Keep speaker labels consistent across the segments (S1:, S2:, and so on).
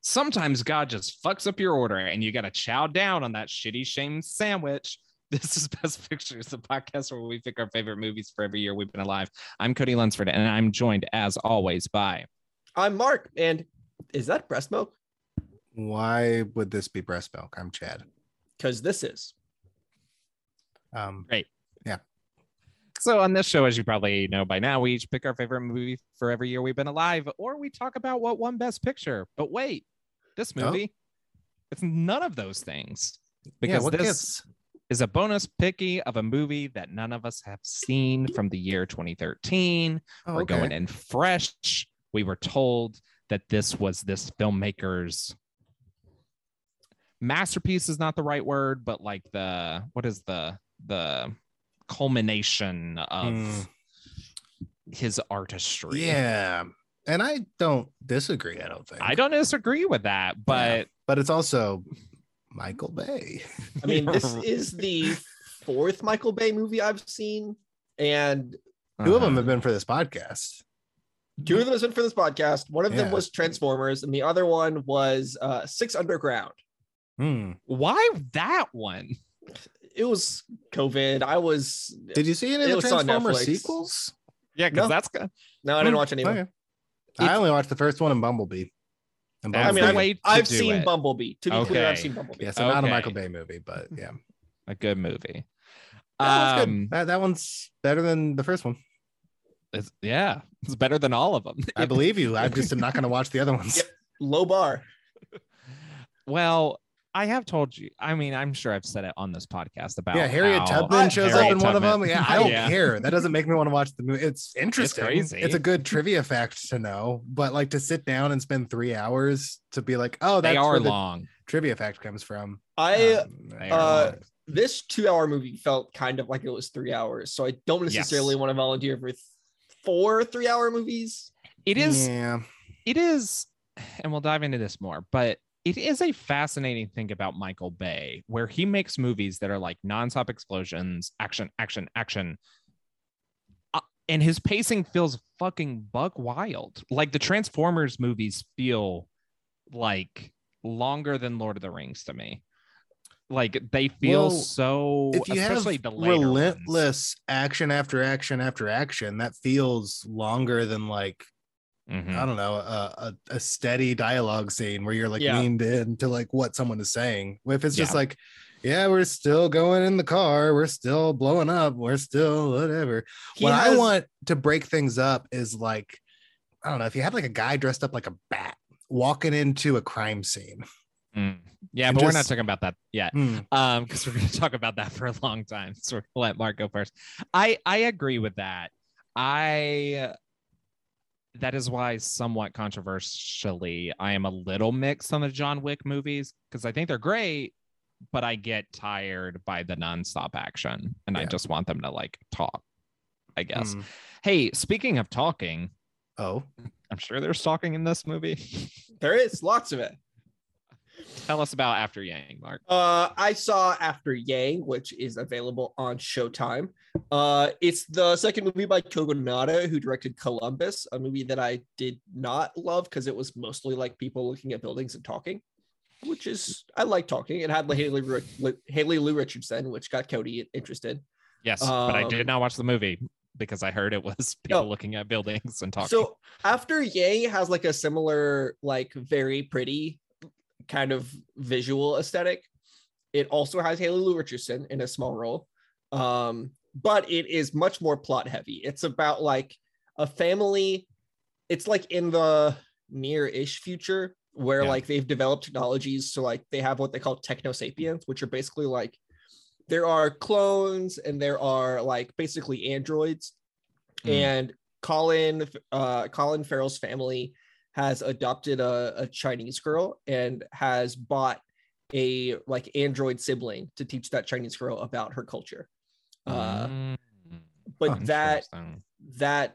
S1: Sometimes God just fucks up your order and you got to chow down on that shitty shame sandwich. This is Best Pictures, the podcast where we pick our favorite movies for every year we've been alive. I'm Cody Lunsford, and I'm joined, as always, by
S2: I'm Mark, and is that breast milk?
S3: Why would this be breast milk? I'm Chad.
S2: Because this is.
S3: Um,
S1: So on this show, as you probably know by now, we each pick our favorite movie for every year we've been alive, or we talk about what won Best Picture. But wait, this
S3: No.
S1: movie, it's none of those things
S3: yeah,
S1: because
S3: what
S1: this
S3: gets-
S1: is a bonus picky of a movie that none of us have seen from the year 2013.
S3: Oh,
S1: We're
S3: okay.
S1: going in fresh. We were told that this was this filmmaker's masterpiece is not the right word, but like the what is the the culmination of
S3: Mm,
S1: his artistry.
S3: yeah, and I don't disagree. I don't think.
S1: I don't disagree with that, but
S3: But it's also Michael Bay.
S2: I mean, this
S1: You're-
S2: is the fourth Michael Bay movie I've seen, and
S3: Two of them
S1: Uh-huh.
S3: have been for this podcast.
S2: two of them has been for this podcast. One of them
S3: Yeah.
S2: was Transformers, and the other one was uh, Six Underground.
S3: Hmm.
S1: Why that one?
S2: It was COVID. I was
S3: Did you see any of
S2: It
S3: the
S2: was on
S3: Transformers
S2: Netflix.
S3: sequels?
S1: Yeah,
S2: No.
S1: because that's
S2: no,
S1: Hmm.
S2: I didn't watch any. of them.
S3: Okay. I only watched the first one and Bumblebee. And
S1: That's
S2: I mean,
S3: Bumblebee-
S1: the way to
S2: I've
S1: do
S2: seen
S1: it.
S2: Bumblebee. To be clear, I've
S1: Okay.
S2: seen Bumblebee.
S3: yeah, so not a
S1: okay.
S3: Michael Bay movie, but yeah,
S1: a good movie.
S3: that one's
S1: Um,
S3: good. That, that one's better than the first one.
S1: it's, yeah, it's better than all of them.
S3: I believe you. I just am not going to watch the other ones.
S2: Yep. Low bar.
S1: Well, I have told you. I mean, I'm sure I've said it on this podcast about
S3: Yeah, Harriet
S1: how
S3: Tubman shows up
S1: Harriet
S3: in one of
S1: Tubman-
S3: them. Yeah, I don't
S1: Yeah.
S3: care. That doesn't make me want to watch the movie. It's interesting.
S1: crazy.
S3: a good trivia fact to know, but like to sit down and spend three hours to be like, oh, that's
S1: They are
S3: where the
S1: long.
S3: trivia fact comes from.
S2: I
S3: Um,
S1: They
S3: uh,
S1: are
S2: uh,
S1: long.
S2: this two hour movie felt kind of like it was three hours. So I don't necessarily want to volunteer for th- four three hour movies.
S1: It is.
S3: Yeah.
S1: It is. And we'll dive into this more, but it is a fascinating thing about Michael Bay, where he makes movies that are like nonstop explosions, action, action, action. Uh, And his pacing feels fucking buck wild. Like the Transformers movies feel like longer than Lord of the Rings to me. Like they feel
S3: Well,
S1: so,
S3: If you have
S1: especially the later ones.
S3: relentless action after action after action, that feels longer than like
S1: Mhm.
S3: I don't know, a, a, a steady dialogue scene where you're like
S2: Yeah.
S3: leaned in to like what someone is saying. If it's just
S1: Yeah.
S3: like, yeah, we're still going in the car, we're still blowing up, we're still whatever.
S2: He
S3: what I
S2: has-
S3: want to break things up is like, I don't know, if you had like a guy dressed up like a bat walking into a crime scene.
S1: Mm. Yeah,
S3: And
S1: but we're not
S3: just-
S1: talking about that yet.
S3: Hmm.
S1: um because we're going to talk about that for a long time so we'll let mark go first i i agree with that i that is why somewhat controversially i am a little mixed on the john wick movies because i think they're great but i get tired by the nonstop action and i
S3: Yeah.
S1: just want them to like talk i guess
S3: Hmm.
S1: hey speaking of talking
S3: Oh,
S1: i'm sure there's talking in this movie
S2: There is lots of it.
S1: tell us about after yang mark
S2: Uh, I saw After Yang, which is available on Showtime. Uh, it's the second movie by Kogonada, who directed Columbus, a movie that I did not love because it was mostly like people looking at buildings and talking, which is I like talking. It had Haley Ru- Haley Lou Richardson, which got Cody interested.
S1: Yes, but I did
S2: Um,
S1: not watch the movie because I heard it was people
S2: No.
S1: looking at buildings and talking.
S2: So after Yang has like a similar, like very pretty kind of visual aesthetic. It also has Haley Lou Richardson in a small role. Um, but it is much more plot heavy. It's about like a family, it's like in the near-ish future where
S1: Yeah.
S2: like they've developed technologies. So like they have what they call techno sapiens, which are basically like there are clones and there are like basically androids.
S1: Mm.
S2: And Colin uh Colin Farrell's family has adopted a, a Chinese girl and has bought a like android sibling to teach that Chinese girl about her culture. Uh,
S1: Mm.
S2: but
S1: Huh,
S2: that
S1: interesting.
S2: that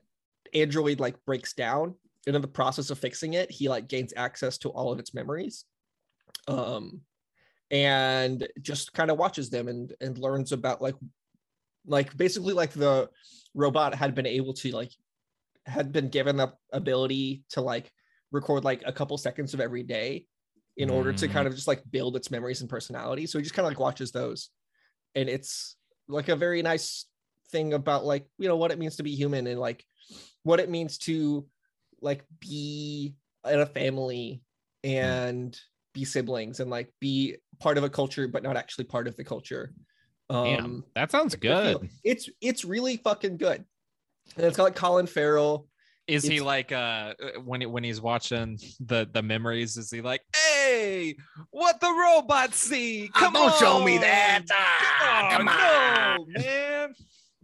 S2: android like breaks down and in the process of fixing it he like gains access to all of its memories um and just kind of watches them and and learns about like like basically like the robot had been able to like had been given the ability to like record like a couple seconds of every day in order to
S1: Mm.
S2: kind of just like build its memories and personality. So he just kind of like watches those. And it's like a very nice thing about like, you know, what it means to be human and like what it means to like be in a family and be siblings and like be part of a culture but not actually part of the culture.
S1: Damn.
S2: Um
S1: that sounds
S2: I feel-
S1: good.
S2: It's it's really fucking good. And it's got like Colin Farrell.
S1: Is he
S2: It's-
S1: like uh when he, when he's watching the the memories? Is he like, hey, what the robots see?
S3: Ah,
S1: Come
S3: don't show me
S1: on.
S3: that. Ah,
S1: Oh,
S3: come on.
S1: no, man.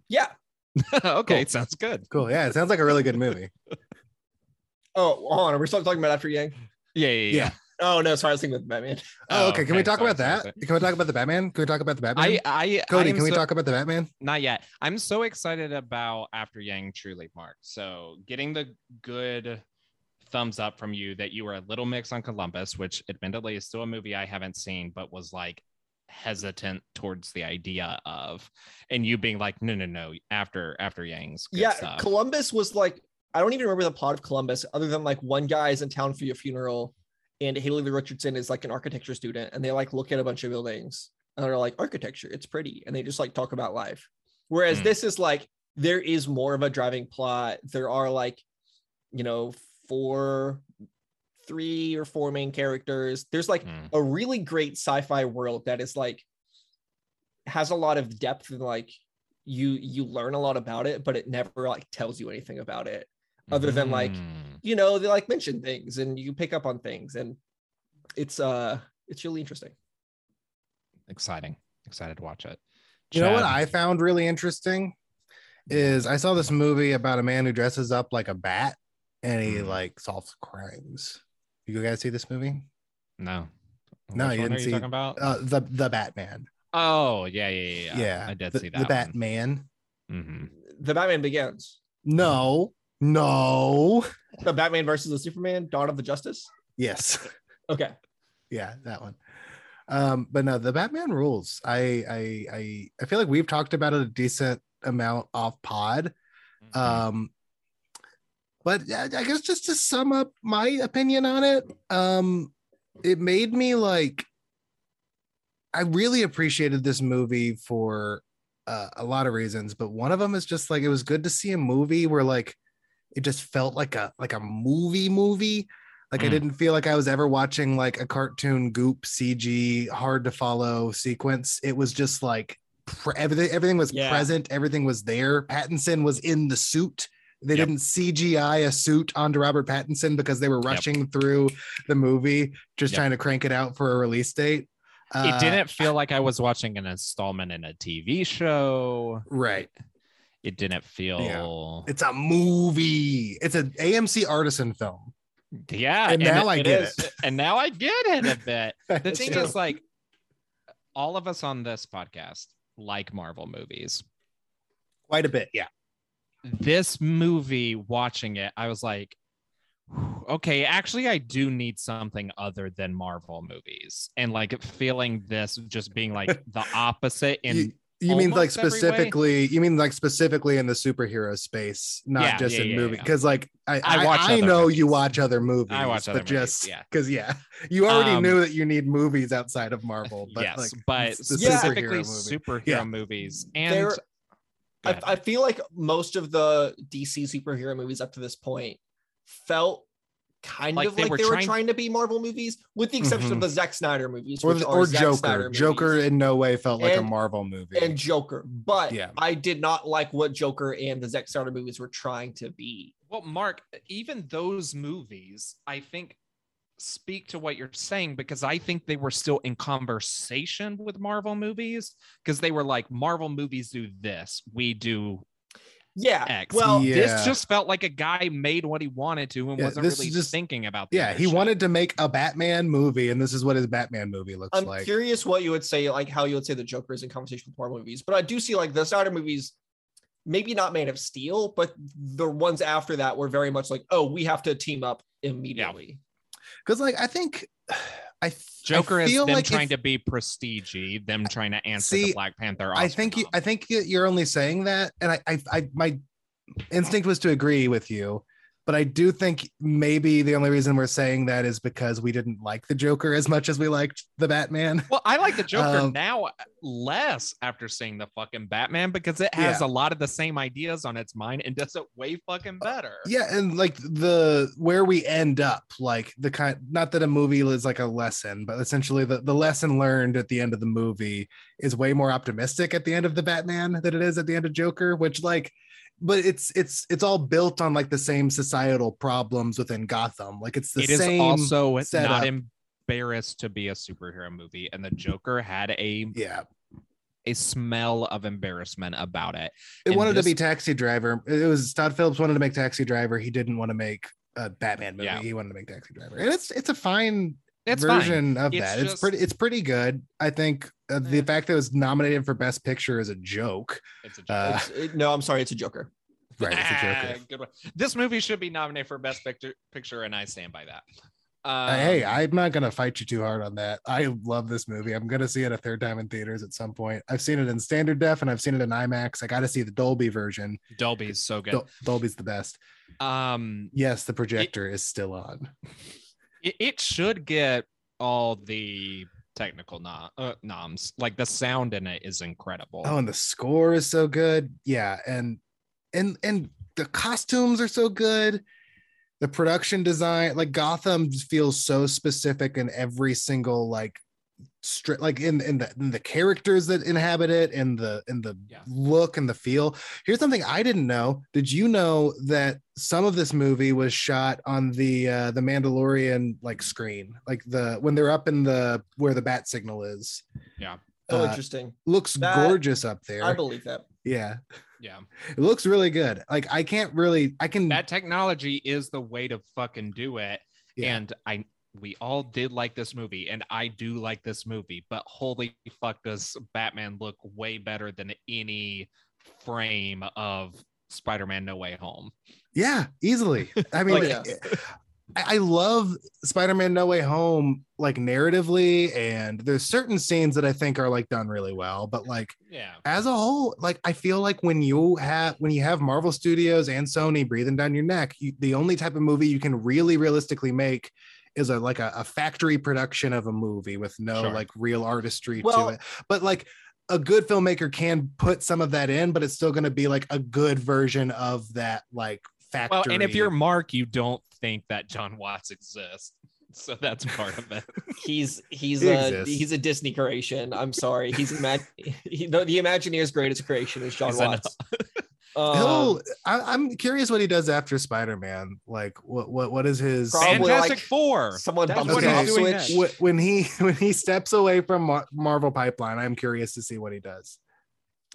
S2: Yeah.
S1: okay,
S3: Cool.
S1: sounds good.
S3: Cool. Yeah, it sounds like a really good movie.
S2: Oh, hold on. Are we still talking about After Yang?
S1: Yeah, yeah, yeah.
S3: Yeah.
S2: Oh no, sorry, I was thinking about Batman.
S3: Oh, okay. Can we talk
S1: sorry,
S3: about
S1: sorry,
S3: that?
S1: sorry.
S3: Can we talk about the Batman? Can we talk about the Batman?
S1: I, I, I
S3: Cody,
S1: am
S3: can we
S1: so-
S3: talk about the Batman?
S1: Not yet. I'm so excited about After Yang Truly Mark. So getting the good thumbs up from you that you were a little mix on Columbus, which admittedly is still a movie I haven't seen, but was like hesitant towards the idea of, and you being like, no, no, no, after after Yang's good
S2: yeah,
S1: stuff.
S2: Columbus was like I don't even remember the plot of Columbus, other than like one guy is in town for your funeral, and Haley Lee Richardson is like an architecture student, and they like look at a bunch of buildings and they're like architecture, it's pretty, and they just like talk about life. Whereas
S1: Hmm.
S2: this is like there is more of a driving plot. There are like, you know, four, three or four main characters. There's like
S1: Mm.
S2: a really great sci-fi world that is like has a lot of depth and like you you learn a lot about it but it never like tells you anything about it other than, like,
S1: Mm.
S2: you know they like mention things and you pick up on things and it's uh it's really interesting
S1: exciting, excited to watch it.
S3: You know what
S1: Chad,
S3: I found really interesting is I saw this movie about a man who dresses up like a bat and he
S1: Mhm.
S3: like solves crimes. You guys see this movie?
S1: no,
S3: No,
S1: Which
S3: you
S1: one
S3: didn't
S1: are you
S3: see-
S1: talking about?
S3: Uh, the the Batman.
S1: oh, yeah, yeah, yeah,
S3: Yeah,
S1: I did
S3: the,
S1: see that.
S3: the Batman.
S1: hmm
S2: the batman begins
S3: No, no.
S2: the batman versus the superman dawn of the justice
S3: Yes.
S2: okay
S3: yeah that one um but no the batman rules i i i, I feel like we've talked about it a decent amount off pod um but yeah, i guess just to sum up my opinion on it um it made me like i really appreciated this movie for uh, a lot of reasons but one of them is just like it was good to see a movie where like it just felt like a like a movie movie like i
S1: Mm.
S3: didn't feel like i was ever watching like a cartoon goop cg hard to follow sequence it was just like pre- everything everything was
S2: Yeah.
S3: present everything was there pattinson was in the suit they
S1: Yep.
S3: didn't cgi a suit onto robert pattinson because they were rushing through the movie just
S1: Yep.
S3: trying to crank it out for a release date Uh,
S1: it didn't feel like I was watching an installment in a TV show.
S3: right
S1: It didn't feel
S3: It's a movie. It's an AMC artisan film.
S1: yeah.
S3: And now I get
S1: is- And now I get it a bit. The
S2: It's
S1: thing
S2: true.
S1: is, like, all of us on this podcast like Marvel movies.
S3: quite a bit. Yeah.
S1: This movie, watching it, I was like, "Whew, okay, actually, I do need something other than Marvel movies, and like feeling this just being like the opposite in
S3: you you mean like
S1: almost every way.
S3: specifically? You mean like specifically in the superhero space, not
S1: Yeah,
S3: just
S1: yeah,
S3: in
S1: yeah,
S3: movie?
S1: yeah.
S3: Because like I,
S1: I
S3: I,
S1: watch
S3: I
S1: other
S3: know you
S1: movies.
S3: watch other movies.
S1: watch other
S3: but
S1: movies,
S3: just
S1: yeah.
S3: because yeah, you already
S1: Um,
S3: knew that you need movies outside of Marvel. But
S1: yes,
S3: like,
S1: but
S3: it's the
S1: specifically
S3: superhero
S1: superhero,
S3: Yeah.
S1: movies and
S2: There-
S1: Go
S2: I,
S1: ahead.
S2: I feel like most of the DC superhero movies up to this point felt kind
S1: Like
S2: of
S1: they
S2: like
S1: were
S2: they were
S1: trying- Mhm.
S2: trying to be Marvel movies, with the exception of the Zack Snyder movies,
S3: or,
S2: which
S3: the-
S2: are
S3: or
S2: Zack Snyder
S3: Joker.
S2: movies
S3: Joker in no way felt like
S2: And-
S3: a Marvel movie.
S2: and Joker. But
S3: Yeah.
S2: I did not like what Joker and the Zack Snyder movies were trying to be.
S1: well, Mark, even those movies, I think, speak to what you're saying because I think they were still in conversation with Marvel movies because they were like, Marvel movies do this, we do
S2: Yeah.
S1: X.
S2: Well,
S3: Yeah.
S1: this just felt like a guy made what he wanted to and
S3: Yeah,
S1: wasn't
S3: this
S1: really
S3: is just-
S1: thinking about. the
S3: yeah,
S1: other
S3: he
S1: shit.
S3: wanted to make a Batman movie, and this is what his Batman movie looks
S2: I'm
S3: like.
S2: curious what you would say, like how you would say the Joker is in conversation with Marvel movies. But I do see like the Snyder movies, maybe not Man of Steel, but the ones after that were very much like, oh, we have to team up immediately.
S3: because like I think I th-
S1: Joker
S3: I
S1: is
S3: feel
S1: them
S3: like
S1: trying
S3: if-
S1: to be prestige, them trying to answer
S3: See,
S1: the Black Panther.
S3: I
S1: Oscar
S3: think you,
S1: nom.
S3: I think you- you're only saying that, and I, I I my instinct was to agree with you But I do think maybe the only reason we're saying that is because we didn't like the Joker as much as we liked the Batman.
S1: Well, I like the Joker
S3: Um,
S1: now uh, less after seeing the fucking Batman because it has a lot of the same ideas on its mind and does it way fucking better.
S3: Uh, Yeah, and like the where we end up, like the kind not that a movie is like a lesson, but essentially the, the lesson learned at the end of the movie is way more optimistic at the end of the Batman than it is at the end of Joker, which like but it's it's it's all built on like the same societal problems within Gotham. Like it's the
S1: It is
S3: same
S1: also
S3: setup.
S1: not embarrassed to be a superhero movie, and the Joker had a
S3: yeah.
S1: a smell of embarrassment about it.
S3: It
S1: And
S3: wanted
S1: this-
S3: to be Taxi Driver. It was Todd Phillips wanted to make Taxi Driver. He didn't want to make a Batman movie.
S1: Yeah.
S3: He wanted to make Taxi Driver. And it's it's a fine
S1: It's fine.
S3: version of
S1: It's
S3: that.
S1: just-
S3: It's pretty it's pretty good. I think uh, the
S1: Yeah.
S3: fact that it was nominated for best picture is a joke.
S1: It's a joke.
S3: Uh,
S2: It's- it- no, I'm sorry, it's a Joker.
S3: Right, it's a
S1: Ah,
S3: joker.
S1: good one. This movie should be nominated for Best Picture, picture and I stand by that.
S3: Uh,
S1: Um,
S3: hey, I'm not gonna fight you too hard on that. I love this movie. I'm gonna see it a third time in theaters at some point. I've seen it in standard def and I've seen it in IMAX. I got to see the Dolby version.
S1: Dolby's so good.
S3: Dol- Dolby's the best.
S1: Um,
S3: Yes, the projector is still on.
S1: it, it should get all the technical nom- uh, noms. Like the sound in it is incredible.
S3: Oh, and the score is so good. Yeah, and and and the costumes are so good. The production design, like Gotham, feels so specific in every single like strip, like in in the in the characters that inhabit it, and the in the
S1: Yeah.
S3: look and the feel. Here's something I didn't know. Did you know that some of this movie was shot on the uh, the Mandalorian like screen, like the when they're up in the where the bat signal is?
S1: Yeah.
S2: So
S3: Uh,
S2: interesting.
S3: looks
S2: That-
S3: gorgeous up there.
S2: I believe that.
S3: Yeah,
S1: Yeah.
S3: it looks really good. Like I can't really, I can.
S1: That technology is the way to fucking do it.
S3: Yeah.
S1: And I we all did like this movie and I do like this movie, but holy fuck does Batman look way better than any frame of Spider-Man No Way Home.
S3: yeah, easily. I mean,
S2: Like, yeah.
S3: I, I love Spider-Man: No Way Home, like narratively, and there's certain scenes that I think are like done really well. But like
S1: Yeah.
S3: as a whole, like I feel like when you have when you have Marvel Studios and Sony breathing down your neck, you, the only type of movie you can really realistically make is a like a, a factory production of a movie with no
S1: Sure.
S3: like real artistry
S2: Well-
S3: to it. But like a good filmmaker can put some of that in, but it's still going to be like a good version of that like factory.
S1: Well, and if you're Mark, you don't think that John Watts exists. So that's part of it.
S2: He's he's
S3: He
S2: a
S3: exists.
S2: he's a Disney creation. I'm sorry. He's imag- he, the, the Imagineer's greatest creation is John
S1: He's an-
S2: Watts. Um,
S3: He'll- I, I'm curious what he does after Spider-Man. Like, what what what is his?
S2: Probably
S1: Fantastic
S2: like
S1: Four.
S2: someone
S1: That's
S2: bumps
S3: what
S2: him
S3: he's
S2: off
S1: doing
S2: switch.
S1: next.
S3: Wh- when he when he steps away from Mar- Marvel Pipeline, I'm curious to see what he does.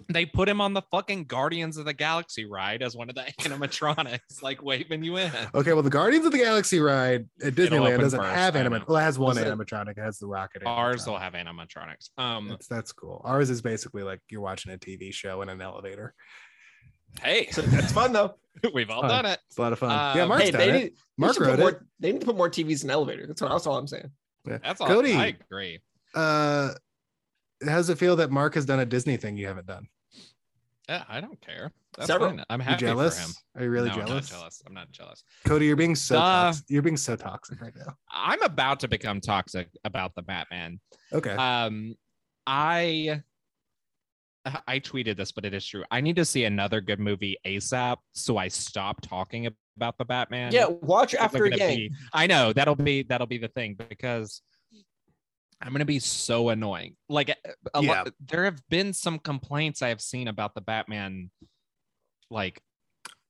S1: They put him on the fucking Guardians of the Galaxy ride as one of the animatronics, like waving you in.
S3: Okay, well, the Guardians of the Galaxy ride at
S1: It'll
S3: Disneyland
S1: open
S3: doesn't
S1: first,
S3: have
S1: I
S3: anima-
S1: know.
S3: Well, it has one
S2: Does it?
S3: animatronic. It has the rocket.
S1: Ours um, will
S3: animatronic.
S1: have animatronics. Um,
S3: That's, that's cool. Ours is basically like you're watching a TV show in an elevator.
S1: hey,
S2: So that's fun though.
S1: we've all
S3: fun.
S1: done it.
S3: It's a lot of fun.
S1: Um,
S3: yeah, Mark's
S2: hey,
S3: done
S2: they
S3: it.
S2: need, they
S3: Mark
S2: should put
S3: wrote
S2: more,
S3: it.
S2: They need to put more TVs in elevators. That's, what, that's all I'm saying.
S1: That's all.
S3: Cody.
S1: I agree.
S3: Uh, how does it feel that Mark has done a Disney thing you haven't done?
S1: Yeah, I don't care. That's
S2: Several.
S1: fine. I'm
S3: You
S1: happy for him.
S3: jealous? Are you really
S1: No, I'm not
S3: jealous?
S1: jealous. I'm not jealous.
S3: Cody, you're being so
S1: Duh.
S3: toxic. you're being so toxic right now.
S1: I'm about to become toxic about the Batman.
S3: Okay.
S1: um i i tweeted this but it is true i need to see another good movie asap so i stop talking about the batman
S2: yeah, watch
S1: They're
S2: after a
S1: gonna
S2: gang.
S1: be- i know that'll be that'll be the thing because i'm gonna be so annoying like a
S3: Yeah.
S1: lot, there have been some complaints i have seen about the batman like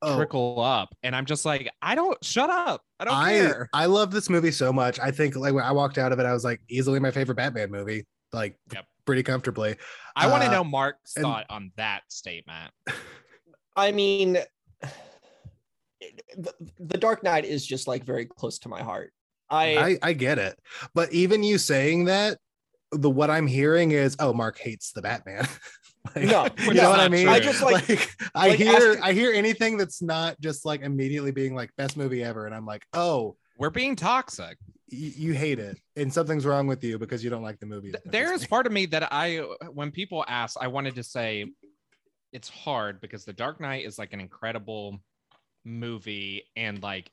S3: Oh,
S1: trickle up and i'm just like i don't shut up i don't
S3: I
S1: care
S3: I love this movie so much. I think like when I walked out of it, I was like easily my favorite Batman movie, like
S1: Yep.
S3: pretty comfortably.
S1: i want to
S3: uh,
S1: know mark's
S3: and-
S1: thought on that statement
S2: I mean, it- the, the Dark Knight is just like very close to my heart. I,
S3: I I get it, but even you saying that, the what I'm hearing is, oh, Mark hates the Batman. Like,
S2: No,
S3: you
S1: which
S3: know
S1: is
S3: what I
S1: not
S3: mean.
S1: true.
S2: I just, like-
S3: I
S2: like,
S3: hear
S2: ask-
S3: I hear anything that's not just like immediately being like best movie ever, and I'm like, oh,
S1: we're being toxic
S3: y- you hate it, and something's wrong with you because you don't like the movie.
S1: Th- there is part of me that I, when people ask, I wanted to say it's hard because The Dark Knight is like an incredible movie and like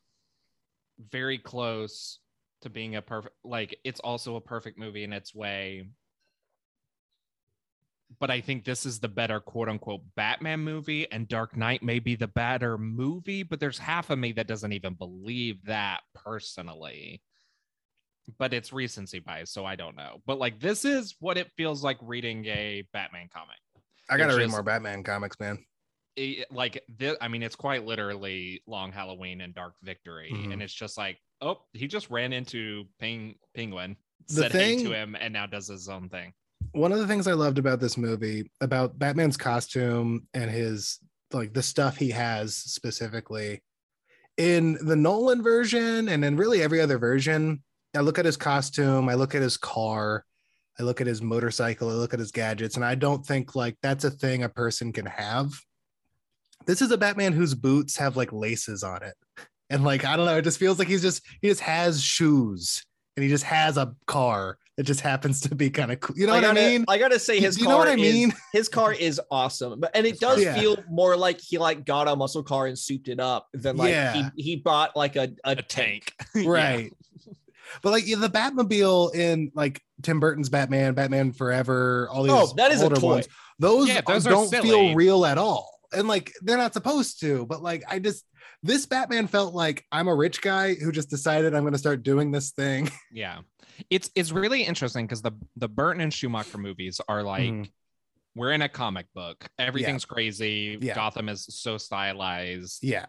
S1: very close to being a perfect like it's also a perfect movie in its way but i think this is the better quote unquote batman movie and dark knight may be the better movie but there's half of me that doesn't even believe that personally but it's recency bias so i don't know but like this is what it feels like reading a batman comic
S3: I gotta
S1: It's
S3: read
S1: just-
S3: more Batman comics, man.
S1: it- like this i mean it's quite literally long halloween and dark victory
S3: Mhm.
S1: and it's just like oh he just ran into Ping, penguin
S3: The
S1: said hey
S3: thing-
S1: to him and now does his own thing
S3: One of the things I loved about this movie, about Batman's costume and his like the stuff he has specifically in the Nolan version and in really every other version, I look at his costume, I look at his car, I look at his motorcycle, I look at his gadgets, and I don't think like that's a thing a person can have. This is a Batman whose boots have like laces on it. And like, I don't know, it just feels like he's just, he just has shoes and he just has a car that just happens to be kind of cool. You know
S2: I
S3: what
S2: gotta,
S3: I mean?
S2: I gotta say his
S3: you
S2: car
S3: know what I
S2: is-
S3: mean?
S2: his car is awesome. But and it
S1: His
S2: does
S3: car- Yeah.
S2: feel more like he like got a muscle car and souped it up than like
S3: Yeah.
S2: he, he bought like a, a,
S1: a
S2: tank.
S1: tank
S3: right but like yeah, the batmobile in like tim burton's batman batman forever all these
S2: Oh, that is a
S3: older
S2: toy.
S3: ones those,
S1: Yeah, those are
S3: don't
S1: silly.
S3: feel real at all and like they're not supposed to but like i just this batman felt like i'm a rich guy who just decided i'm going to start doing this thing
S1: yeah it's it's really interesting because the the burton and schumacher movies are like
S3: Mhm.
S1: we're in a comic book everything's crazy
S3: Yeah.
S1: gotham is so stylized
S3: yeah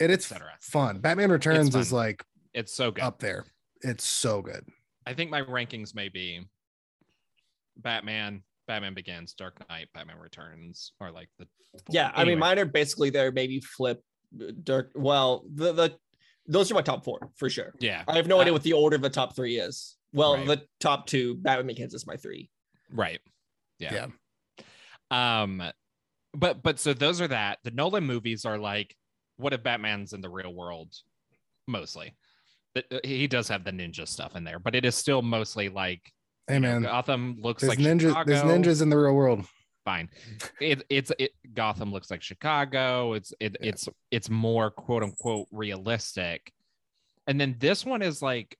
S3: and it's
S1: etc
S3: fun batman returns
S1: It's fun.
S3: is like
S1: it's so good
S3: up there it's so good
S1: i think my rankings may be batman batman begins dark knight batman returns or like the
S2: Yeah, I
S1: Anyway.
S2: mean mine are basically there. Maybe flip, Dirk. Well, the the those are my top four for sure.
S1: yeah
S2: I have no
S1: Uh,
S2: idea what the order of the top three is. Well,
S1: Right.
S2: the top two, Batman McKenzie is my three.
S1: right yeah, um but but so those are that the nolan movies are like what if batman's in the real world mostly But, uh, he does have the ninja stuff in there but it is still mostly like
S3: hey man
S1: gotham looks
S3: there's
S1: like
S3: ninjas
S1: Chicago.
S3: there's ninjas in the real world
S1: fine it, it's it gotham looks like chicago it's it,
S3: Yeah.
S1: it's it's more quote unquote realistic and then this one is like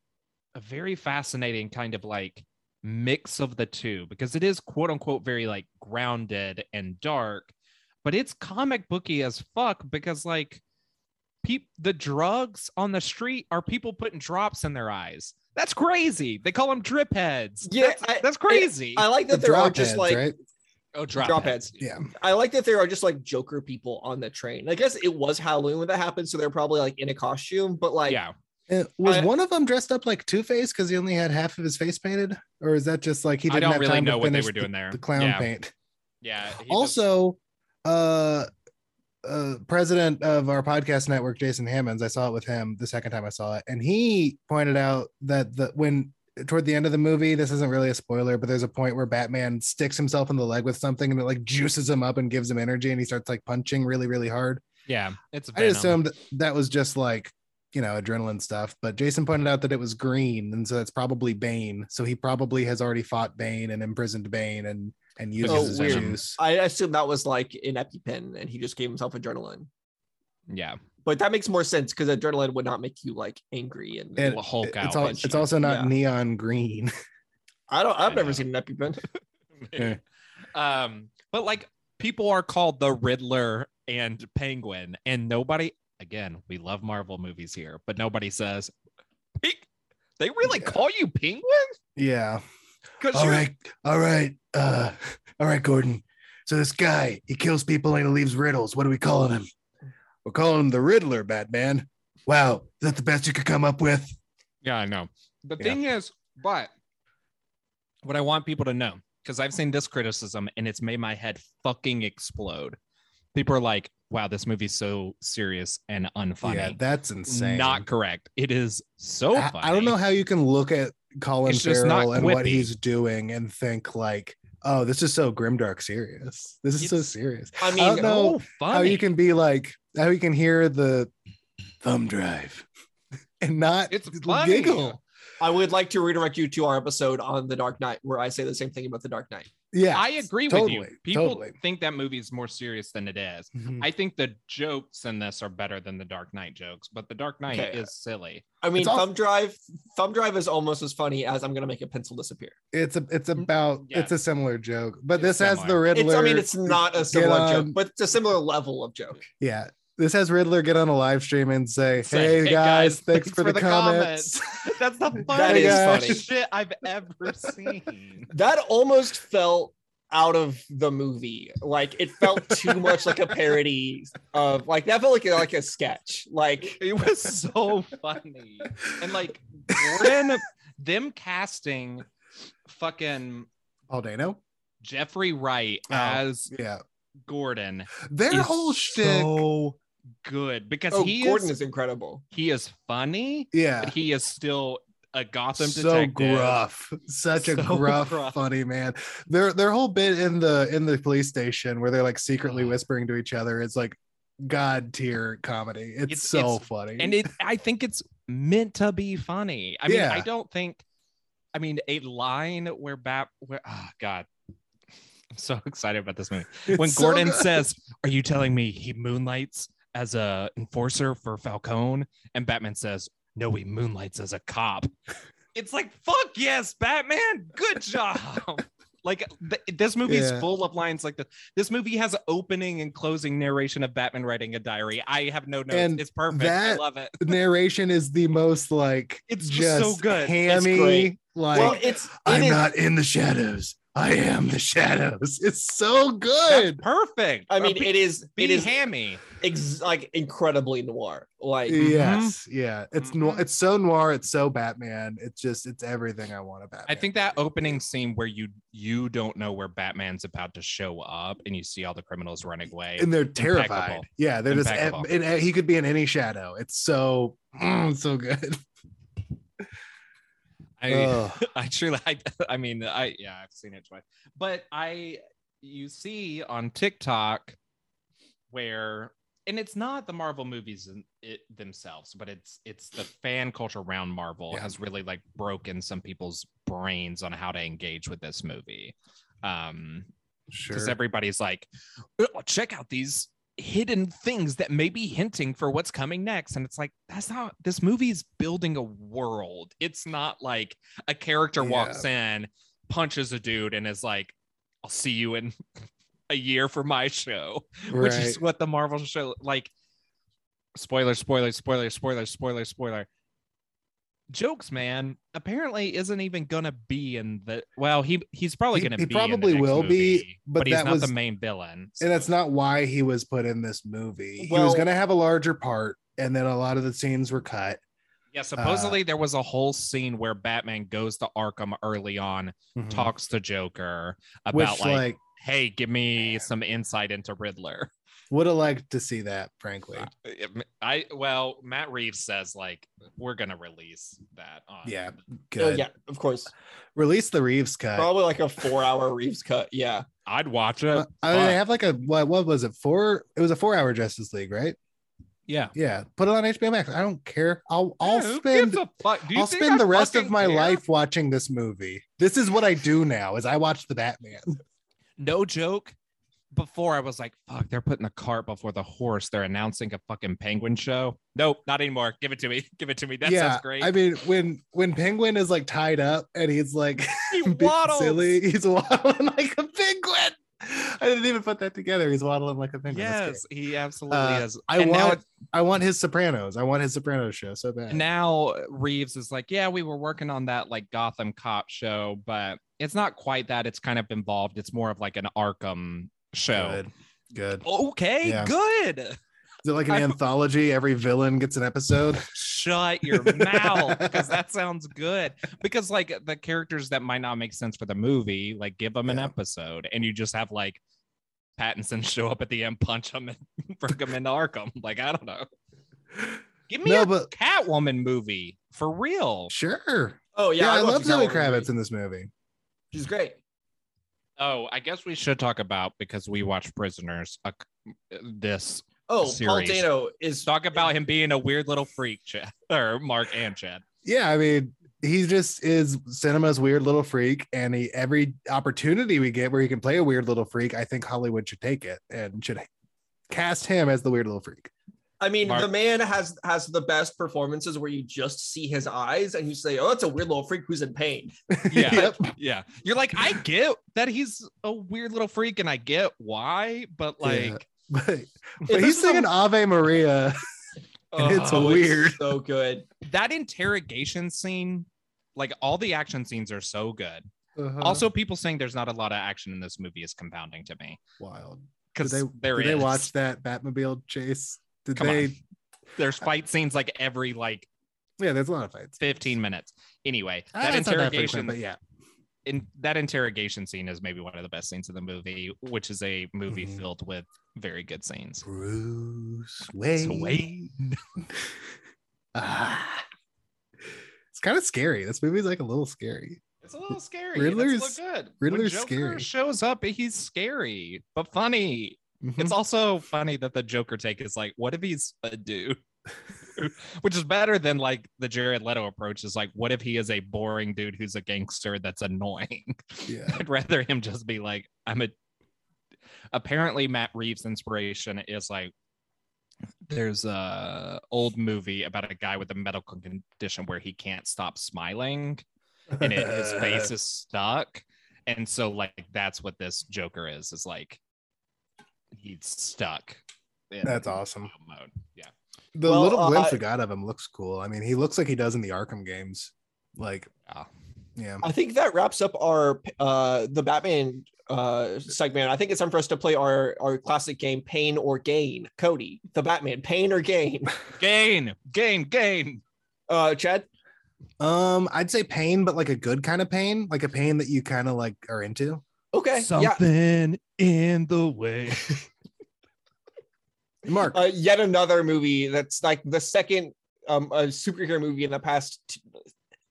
S1: a very fascinating kind of like mix of the two because it is quote unquote very like grounded and dark but it's comic booky as fuck because like peop the drugs on the street are people putting drops in their eyes that's crazy they call them drip heads
S2: Yeah,
S1: that's,
S2: I-
S1: that's crazy
S2: I like
S3: the
S2: that there are
S3: drop
S2: just
S3: heads,
S2: like
S3: right
S1: oh drop,
S2: drop
S1: heads,
S3: yeah
S2: I like that there are just like Joker people on the train. I guess it was Halloween when that happened, so they're probably like in a costume. But like,
S1: yeah
S3: Uh, was
S2: I-
S3: one of them dressed up like Two Face because he only had half of his face painted, or is that just like he
S1: I
S3: didn't
S1: don't
S3: have
S1: really
S3: time
S1: know
S3: to
S1: what they
S3: finish
S1: were doing
S3: the,
S1: there.
S3: the clown
S1: Yeah.
S3: paint?
S1: Yeah. he just-
S3: Also, uh, uh, president of our podcast network, Jason Hammonds, I saw it with him the second time I saw it, and he pointed out that the when toward the end of the movie, this isn't really a spoiler, but there's a point where Batman sticks himself in the leg with something and it like juices him up and gives him energy, and he starts like punching really, really hard.
S1: yeah, it's
S3: I
S1: Venom.
S3: just assumed that was just like you know adrenaline stuff, but Jason pointed out that it was green, and so that's probably Bane. So he probably has already fought Bane and imprisoned Bane and and uses
S2: Oh,
S3: his
S2: weird.
S3: juice.
S2: I assume that was like an EpiPen, and he just gave himself adrenaline.
S1: yeah,
S2: But that makes more sense because adrenaline would not make you like angry. And
S3: And
S1: Well, Hulk out.
S3: it's, all,
S2: punch
S3: it's
S2: him.
S3: also not
S2: Yeah.
S3: neon green.
S2: I don't. I've
S1: I
S2: never
S1: know.
S2: seen an EpiPen.
S3: Yeah.
S1: um, but like people are called the Riddler and Penguin, and nobody. Again, we love Marvel movies here, but nobody says, "Pe- "They really
S3: Yeah. Oh,
S1: call you Penguin?"
S3: yeah.
S1: Because
S3: All right, all right, uh, all right, Gordon. So this guy, he kills people and he leaves riddles. What are we calling him? We're calling him the Riddler, Batman. Wow, is that the best you could come up with?
S1: Yeah, I know. The
S3: Yeah.
S1: thing is, but what I want people to know, because I've seen this criticism and it's made my head fucking explode. People are like, wow, this movie's so serious and unfunny.
S3: Yeah, that's insane.
S1: Not correct. It is so
S3: I-
S1: funny.
S3: I don't know how you can look at Colin
S1: It's just not
S3: Farrell and what
S1: quippy.
S3: he's doing and think like, oh, this is so grimdark serious. This is so
S1: It's-
S3: serious.
S2: I
S3: I
S2: mean,
S3: don't know
S1: funny.
S3: how you can be like how you can hear the thumb drive and not
S1: it's funny.
S3: giggle.
S2: I would like to redirect you to our episode on The Dark Knight, where I say the same thing about The Dark Knight.
S3: yeah,
S1: I agree with you.
S3: totally,
S1: People Mm-hmm.
S3: totally.
S1: think that movie is more serious than it is.
S3: Mhm.
S1: I think the jokes in this are better than the Dark Knight jokes, but the Dark Knight
S2: Okay.
S1: is silly.
S2: I mean,
S3: It's also-
S2: thumb drive, thumb drive is almost as funny as I'm gonna make a pencil disappear.
S3: It's a it's about
S1: Mm, yeah.
S3: it's a similar joke, but
S1: It's
S3: this has the
S1: similar.
S3: Riddler.
S2: It's, I mean, it's not a similar
S3: on-
S2: joke, but it's a similar level of joke.
S3: yeah. This has Riddler get on a live stream and say,
S1: Say,
S3: "Hey,
S1: "Hey,
S3: guys,
S1: guys,
S3: thanks for, the, comments."
S1: That's the funniest
S2: That
S3: is
S2: funny.
S1: shit I've ever seen.
S2: That almost felt out of the movie. Like it felt too much like a parody of like that felt like a, like a sketch. Like
S1: It was so funny. And like Gordon, them casting fucking
S3: Paul Dano.
S1: Jeffrey Wright
S3: Oh.
S1: as
S3: Yeah,
S1: Gordon
S3: their
S1: is
S3: whole shtick.
S1: so good because
S2: oh,
S1: he
S2: Gordon
S1: is,
S2: is incredible.
S1: he is funny,
S3: yeah,
S1: but he is still a Gotham
S3: so
S1: detective.
S3: gruff, such a
S1: So
S3: gruff,
S1: gruff.
S3: funny man. Their their whole bit in the in the police station where they're like secretly
S1: Ugh.
S3: whispering to each other is like god tier comedy. It's,
S1: It's-
S3: so
S1: it's-
S3: funny.
S1: and it i think it's meant to be funny i mean
S3: Yeah.
S1: i don't think i mean a line where bat where oh god i'm so excited about this movie
S3: It's
S1: when
S3: so
S1: gordon
S3: good.
S1: says are you telling me he moonlights as a enforcer for falcone and batman says no he moonlights as a cop it's like fuck yes batman good job like th- this movie is
S3: Yeah.
S1: full of lines like this this movie has opening and closing narration of batman writing a diary i have no notes
S3: And
S1: it's perfect i
S3: that-
S1: love it
S3: The narration is the most like
S1: It's just
S3: just
S1: so good. It's
S3: hammy.
S2: great.
S3: like
S2: well, it's
S3: I'm
S2: it is-
S3: not in the shadows. I am the shadows. It's so
S1: That's
S3: good.
S1: perfect
S2: I
S1: Uh,
S2: mean,
S1: be,
S2: it is
S1: be
S2: it is
S1: hammy
S2: ex- like incredibly noir. Like uh,
S1: Mm-hmm.
S3: Yes, yeah. It's no,
S1: Mhm.
S3: it's so noir. It's so Batman. It's just it's everything I want about.
S1: i think that opening scene where you you don't know where batman's about to show up and you see all the criminals running away
S3: and they're terrified.
S1: Impeccable.
S3: Yeah, they're
S1: Impeccable.
S3: just and, and he could be in any shadow. It's so mm, so good.
S1: I,
S3: Ugh.
S1: I truly, I, I mean, I yeah, I've seen it twice, but I you see on TikTok where, and it's not the Marvel movies in it themselves, but it's it's the fan culture around Marvel
S3: Yeah.
S1: has really like broken some people's brains on how to engage with this movie, um,
S3: sure.
S1: because everybody's like, "Oh, check out these hidden things that may be hinting for what's coming next and it's like that's not this movie's building a world it's not like a character
S3: Yeah.
S1: walks in punches a dude and is like i'll see you in a year for my show which is what the marvel show like spoiler spoiler spoiler spoiler spoiler spoiler jokes man apparently isn't even gonna be in the well he he's probably
S3: He-
S1: gonna
S3: he
S1: be in the
S3: probably
S1: next
S3: will be,
S1: movie,
S3: but
S1: he's
S3: that
S1: not the
S3: was-
S1: main villain
S3: and that's
S1: so-
S3: not why he was put in this movie. he was
S2: Well-
S3: going to have a larger part, and then a lot of the scenes were cut.
S1: Yeah, supposedly
S3: uh,
S1: there was a whole scene where Batman goes to Arkham early on,
S2: Mm-hmm.
S1: talks to Joker
S3: Mhm.
S1: about
S3: Mm-hmm. which
S1: like,
S3: like
S1: hey, give me some insight into Riddler.
S3: would have liked to see that, frankly.
S1: I well, Matt Reeves says like we're gonna release that on
S3: Yeah,
S2: oh,
S3: good.
S2: yeah, of course.
S3: Release the Reeves cut.
S2: Probably like a four hour Reeves cut. Yeah.
S1: I'd watch it.
S3: Uh, I mean,
S1: Fuck.
S3: they have like a what? What was it? Four? It was a four-hour Justice League, right?
S1: yeah.
S3: Yeah. Put it on HBO Max. I don't care. I'll I'll
S1: Yeah, who
S3: spend
S1: gives a fuck? Do you
S3: I'll
S1: think
S3: spend
S1: I
S3: the rest of
S1: fucking
S3: my
S1: care?
S3: life watching this movie. This is what I do now is I watch the Batman.
S1: No joke. Before I was like, fuck, they're putting the cart before the horse. They're announcing a fucking penguin show. Nope, not anymore. Give it to me. Give it to me. That
S3: yeah,
S1: sounds great.
S3: I mean, when when Penguin is like tied up and he's like
S1: He
S3: being silly, he's waddling like a penguin. I didn't even put that together. He's waddling like a penguin. That's
S1: Yes, he absolutely
S3: Uh,
S1: is.
S3: I
S1: and
S3: want- good. I want his Sopranos. I want his Sopranos show so
S1: now,
S3: bad.
S1: now Reeves is like, yeah, we were working on that like Gotham cop show, but it's not quite that. It's kind of involved. It's more of like an Arkham show.
S3: good. Good.
S1: Okay,
S3: Yeah.
S1: good.
S3: Is it like an
S1: Oh, I-
S3: anthology? Every villain gets an episode.
S1: Shut your mouth because that sounds good. Because like the characters that might not make sense for the movie, like give them an
S3: Yeah.
S1: episode, and you just have like. Pattinson show up at the end, punch him, and bring him into Arkham. Like I don't know. Give me
S3: no,
S1: a
S3: but
S1: Catwoman movie for real.
S3: sure.
S2: Oh yeah.
S3: Yeah, I, love
S2: the
S3: Zoe
S2: Catwoman movie.
S3: Kravitz in this movie.
S2: She's great.
S1: Oh, I guess we should talk about because we watch Prisoners. Uh, this
S2: Oh, Paul
S1: Series.
S2: Dano is
S1: talk about him being a weird little freak, Chad or Mark and Chad.
S3: Yeah, I mean, he just is cinema's weird little freak, and he every opportunity we get where he can play a weird little freak, I think Hollywood should take it and should cast him as the weird little freak.
S2: I mean,
S1: Mark-
S2: the man has has the best performances where you just see his eyes and you say, "Oh, that's a weird little freak who's in pain."
S1: Yeah.
S3: Yep.
S1: Yeah. You're like, I get that he's a weird little freak and I get why, but
S3: Yeah.
S1: like,
S3: But,
S2: this
S3: but he's
S2: is a-
S3: singing Ave Maria. It's
S2: Oh,
S3: weird.
S2: so good.
S1: that interrogation scene, like all the action scenes are so good.
S3: Uh-huh.
S1: Also, people saying there's not a lot of action in this movie is compounding to me
S3: wild. Did
S1: because
S3: they,
S1: there
S3: did they
S1: is.
S3: watch that Batmobile chase? Did
S1: Come
S3: they?
S1: on. There's fight scenes like every like
S3: Yeah, there's a lot of fights.
S1: 15 minutes. Anyway,
S3: Ah,
S1: that
S3: it's not frequent,
S1: interrogation
S3: but yeah,
S1: in that interrogation scene is maybe one of the best scenes of the movie, which is a movie
S3: Mhm.
S1: filled with very good scenes.
S3: Bruce Wayne.
S1: So wait.
S3: Ah. It's kind of scary. This movie's like a little scary.
S1: It's a little scary.
S3: Riddler's-
S1: it's a little good.
S3: Riddler's
S1: when Joker
S3: scary.
S1: shows up, he's scary, but funny.
S3: Mhm.
S1: It's also funny that the Joker take is like, what if he's a dude? Which is better than like the Jared Leto approach is like, what if he is a boring dude who's a gangster that's annoying?
S3: Mm-hmm. yeah.
S1: I'd rather him just be like, I'm a. Apparently, Matt Reeves' inspiration is like, there's a old movie about a guy with a medical condition where he can't stop smiling and it, his face is stuck. And so, like, that's what this Joker is. Is like he's stuck. in
S3: That's awesome.
S1: smile Mode. Yeah.
S3: The
S2: Well,
S3: little
S2: uh,
S3: glimpse we got of him looks cool. I mean, he looks like he does in the Arkham games. Like,
S1: Ah.
S3: yeah.
S2: I think that wraps up our uh the Batman uh segment. I think it's time for us to play our our classic game, Pain or Gain. Cody, the Batman, Pain or Gain.
S1: Gain, gain, gain.
S2: Uh, Chad,
S3: Um, I'd say pain, but like a good kind of pain, like a pain that you kind of like are into.
S2: okay, yeah.
S1: Something in the way.
S3: Mark,
S2: Uh, yet another movie that's like the second um a superhero movie in the past t-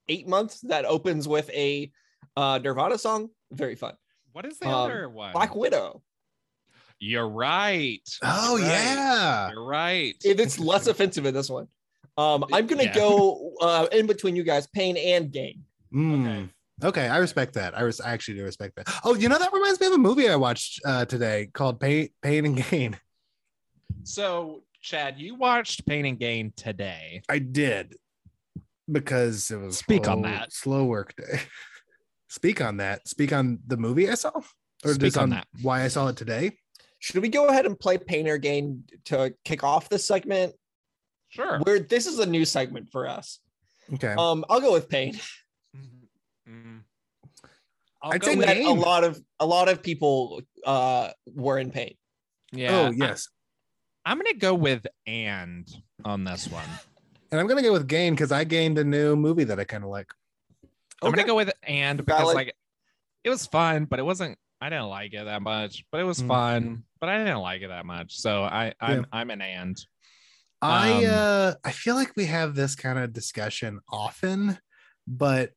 S2: eight months that opens with a uh Nirvana song. Very fun.
S1: What is the
S2: Um,
S1: other one?
S2: Black Widow.
S1: You're right.
S3: oh
S1: You're right.
S3: yeah,
S1: You're right.
S2: If it's less offensive in this one. Um, I'm gonna
S1: Yeah.
S2: go uh in between you guys, Pain and Gain.
S3: Mm. Okay. I respect that. I, res- I actually do respect that. Oh, you know that reminds me of a movie I watched uh, today called Pain, Pain and Gain.
S1: So, Chad, you watched Pain and Gain today.
S3: I did because it was
S1: Speak on
S3: slow-
S1: that.
S3: slow work day. Speak on that. Speak on the movie I saw, or
S1: Speak
S3: just
S1: on
S3: on
S1: that.
S3: why I saw it today.
S2: Should we go ahead and play Pain or Gain to kick off this segment?
S1: Sure.
S2: Where this is a new segment for us.
S3: Okay.
S1: Oh,
S2: Um, I'll go with Pain.
S1: I'll
S3: I'd
S1: go
S3: say
S1: with-
S2: That a
S3: Gain.
S2: lot of a lot of people uh were in pain.
S1: yeah.
S3: oh yes,
S1: I'm gonna go with and on this one.
S3: and I'm gonna go with Gain because I gained a new movie that I kind of like.
S1: I'm gonna
S2: Okay.
S1: go with and because
S2: Valid.
S1: like it was fun, but it wasn't. I didn't like it that much, but it was
S3: Mm.
S1: fun, but I didn't like it that much. So I I'm
S3: Yeah.
S1: I'm an and.
S3: I
S1: Um,
S3: uh I feel like we have this kind of discussion often, but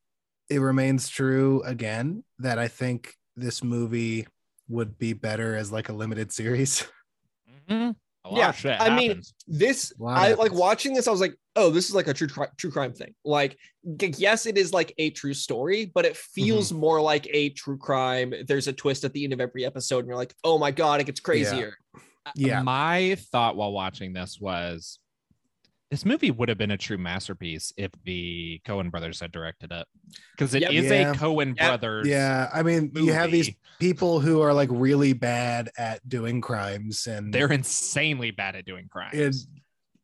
S3: it remains true again that I think this movie would be better as like a limited series.
S1: A lot
S2: Mm-hmm. Yeah,
S1: of shit
S2: I mean,
S1: happens.
S2: this
S3: Lot
S2: I
S3: happens.
S2: like watching this. I was like, oh, this is like a true cri- true crime thing. Like, g- yes, it is like a true story, but it
S1: Mm-hmm.
S2: feels more like a true crime. There's a twist at the end of every episode, and you're like, oh my god, it gets crazier.
S3: yeah.
S1: my thought while watching this was this movie would have been a true masterpiece if the Cohen brothers had directed it because it
S2: Yep.
S1: is
S3: Yeah.
S1: a Cohen
S2: Yep.
S1: brothers.
S3: Yeah, I mean, you have these
S1: movie.
S3: people who are like really bad at doing crimes and
S1: They're insanely bad at doing crimes.
S3: and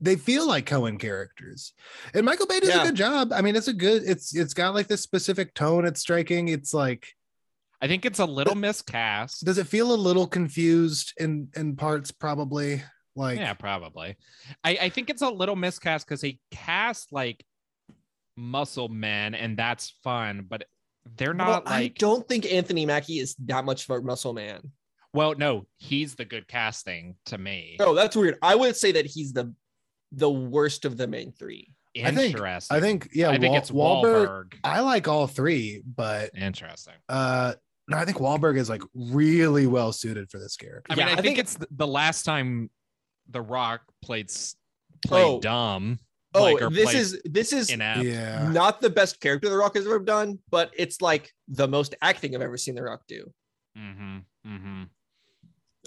S3: they feel like Cohen characters. And Michael Bay does
S2: Yeah.
S3: a good job. I mean, it's a good it's it's got like this specific tone, it's striking. It's like
S1: I think it's a little miscast.
S3: does it feel a little confused in in parts probably like
S1: yeah, probably. I, I think it's a little miscast because he cast like muscle men, and that's fun, but they're
S2: Well,
S1: not like.
S2: I don't think Anthony Mackie is that much of a muscle man.
S1: Well, no, he's the good casting to me.
S2: Oh, that's weird. I would say that he's the the worst of the main three.
S3: I think-
S1: Interesting.
S3: i think yeah
S1: I think
S3: Wa-
S1: it's Wahlberg.
S3: i like all three but
S1: Interesting.
S3: uh no, i think Wahlberg is like really well suited for this character
S1: I
S2: Yeah,
S1: mean, I,
S2: I
S1: think,
S2: think-
S1: it's th- the last time The Rock played s- played
S2: Oh.
S1: dumb.
S2: oh,
S1: like, are
S2: this
S1: placed
S2: is this is
S1: inept.
S3: yeah.
S2: not the best character The Rock has ever done, but it's like the most acting I've ever seen The Rock do.
S1: Mm-hmm. Mm-hmm.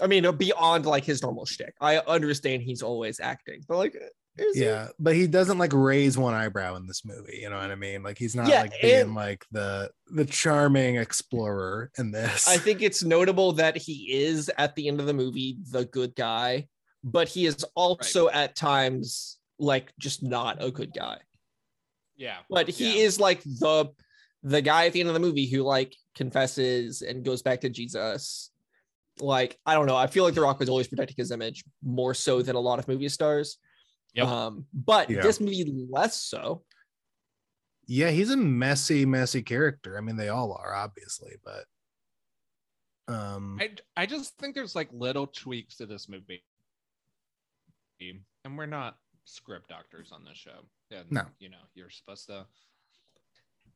S2: I mean, uh, beyond like his normal shtick. I understand he's always acting, but like, is he?
S3: Yeah, but he doesn't like raise one eyebrow in this movie. You know what I mean? Like he's not
S2: Yeah,
S3: like being
S2: and-
S3: like the the charming explorer in this.
S2: I think it's notable that he is at the end of the movie the good guy, but he is also at times like just not a good guy.
S1: Yeah.
S2: But he
S1: Yeah.
S2: is like the the guy at the end of the movie who like confesses and goes back to Jesus. Like I don't know, I feel like The Rock was always protecting his image more so than a lot of movie stars.
S1: Yep.
S2: Um, but
S3: Yeah.
S2: this movie less so.
S3: yeah, he's a messy, messy character. I mean, they all are obviously, but um,
S1: I I just think there's like little tweaks to this movie, and we're not script doctors on this show. And,
S3: No.
S1: you know you're supposed to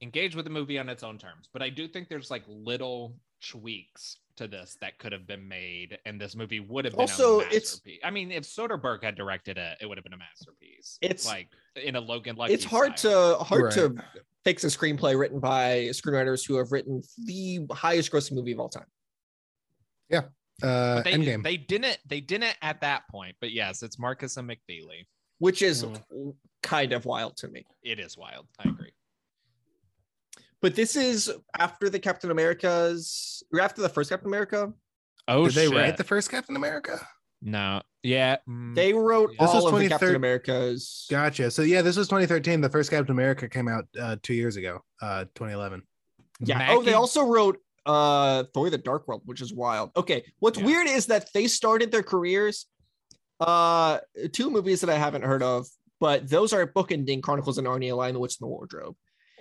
S1: engage with the movie on its own terms. But I do think there's like little tweaks to this that could have been made, and this movie would have been
S2: Also,
S1: a
S2: it's-
S1: masterpiece. I mean, if Soderbergh had directed it, it would have been a masterpiece.
S2: It's-
S1: like in a Logan. Lucky
S2: it's hard
S1: style.
S2: to hard to fix a screenplay written by screenwriters who have written the highest grossing movie of all time.
S3: uh,
S1: But They,
S3: Endgame.
S1: they didn't. They didn't at that point. But yes, it's Marcus and McFeely.
S2: which is
S3: Mm.
S2: w- kind of wild to me.
S1: It is wild. I agree.
S2: But this is after the Captain America's, or after the first Captain America.
S1: Oh,
S3: Did they write the first Captain America?
S1: No. Yeah. mm,
S2: They wrote
S1: Yeah. This
S2: all
S3: was
S2: of the Captain
S3: 23rd
S2: America's.
S3: Gotcha. So yeah, this was 2013. The first Captain America came out uh, two years ago, uh, 2011.
S2: yeah.
S1: Maggie-
S2: Oh, they also wrote uh Thor: The Dark World, which is wild. Okay. What's
S1: Yeah.
S2: weird is that they started their careers. Uh, two movies that I haven't heard of, but those are bookending Chronicles of Narnia, Lion, the Witch, and the Wardrobe.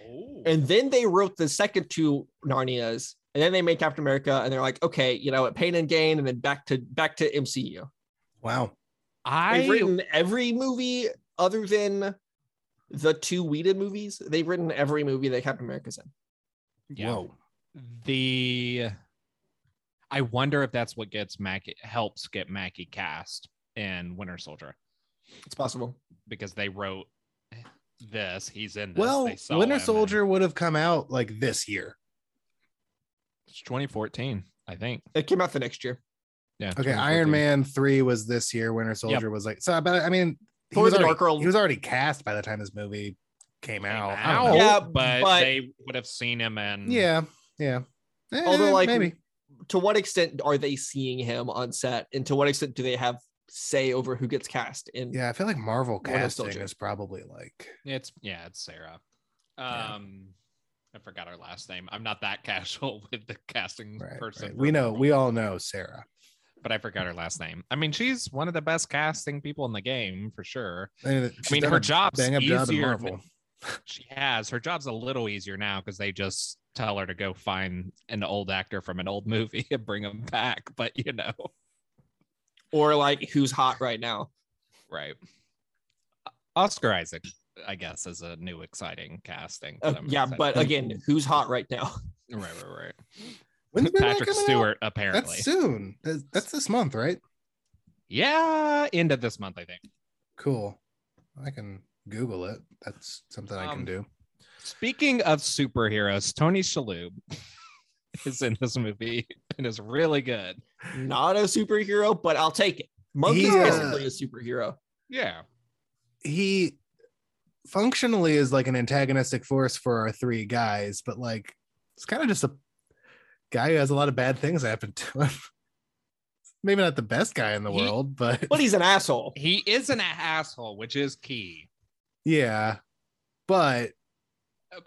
S1: Oh.
S2: And then they wrote the second two Narnias, and then they made Captain America, and they're like, okay, you know, at Pain and Gain, and then back to back to MCU.
S3: Wow.
S1: I
S2: They've written every movie other than the two Whedon movies. They've written every movie that Captain America's in.
S1: yeah.
S3: Whoa.
S1: the. I wonder if that's what gets Mackie helps get Mackie cast in Winter Soldier
S2: It's possible.
S1: because they wrote this. He's in this.
S3: Well,
S1: they saw him
S3: Winter
S1: and-
S3: Soldier would have come out like this year.
S1: It's 2014, I think.
S2: It came out the next year.
S1: Yeah.
S3: Okay,
S1: 2014.
S3: Iron Man three was this year. Winter Soldier was like so, but I mean, he
S2: Thor
S3: was,
S2: the
S3: already,
S2: Dark World.
S3: he was already cast by the time this movie came
S1: Came
S3: out. I
S1: out,
S3: don't know.
S2: Yeah,
S1: but,
S2: but-
S1: they would have seen him and
S3: yeah, yeah. Eh,
S2: Although, like,
S3: maybe
S2: To what extent are they seeing him on set, and to what extent do they have say over who gets cast? And
S3: yeah, I feel like Marvel
S2: Winter
S3: casting
S2: Soldier.
S3: is probably like
S1: It's yeah, it's Sarah.
S3: Yeah.
S1: Um, I forgot her last name. I'm not that casual with the casting
S3: right.
S1: person.
S3: right.
S1: for
S3: We know,
S1: Marvel.
S3: we all know Sarah.
S1: but I forgot her last name. I mean, she's one of the best casting people in the game for sure.
S3: I mean,
S1: I
S3: she's
S1: mean,
S3: done
S1: her
S3: a
S1: job's
S3: bang up
S1: easier.
S3: job in Marvel.
S1: She has her job's a little easier now because they just tell her to go find an old actor from an old movie and bring him back. But you know,
S2: or like who's hot right now?
S1: right? Oscar Isaac, I guess, is a new exciting casting. that
S2: Uh,
S1: I'm
S2: yeah,
S1: excited
S2: but
S1: about.
S2: again, who's hot right now?
S1: right, right, right.
S3: When's Moon Knight
S1: Patrick
S3: coming out?
S1: Stewart, apparently.
S3: That's soon. That's, that's this month, right?
S1: Yeah, end of this month, I think.
S3: Cool. I can Google it. That's something I
S1: Um,
S3: can do.
S1: Speaking of superheroes, Tony Shalhoub is in this movie and is really good.
S2: Not a superhero, but I'll take it. Monkey's
S3: Yeah.
S2: basically a superhero.
S1: Yeah.
S3: he functionally is like an antagonistic force for our three guys, but like it's kind of just a guy who has a lot of bad things happen to him. Maybe not the best guy in the
S1: He-
S3: world, but,
S2: But he's an asshole.
S1: He is an asshole, which is key.
S3: yeah. But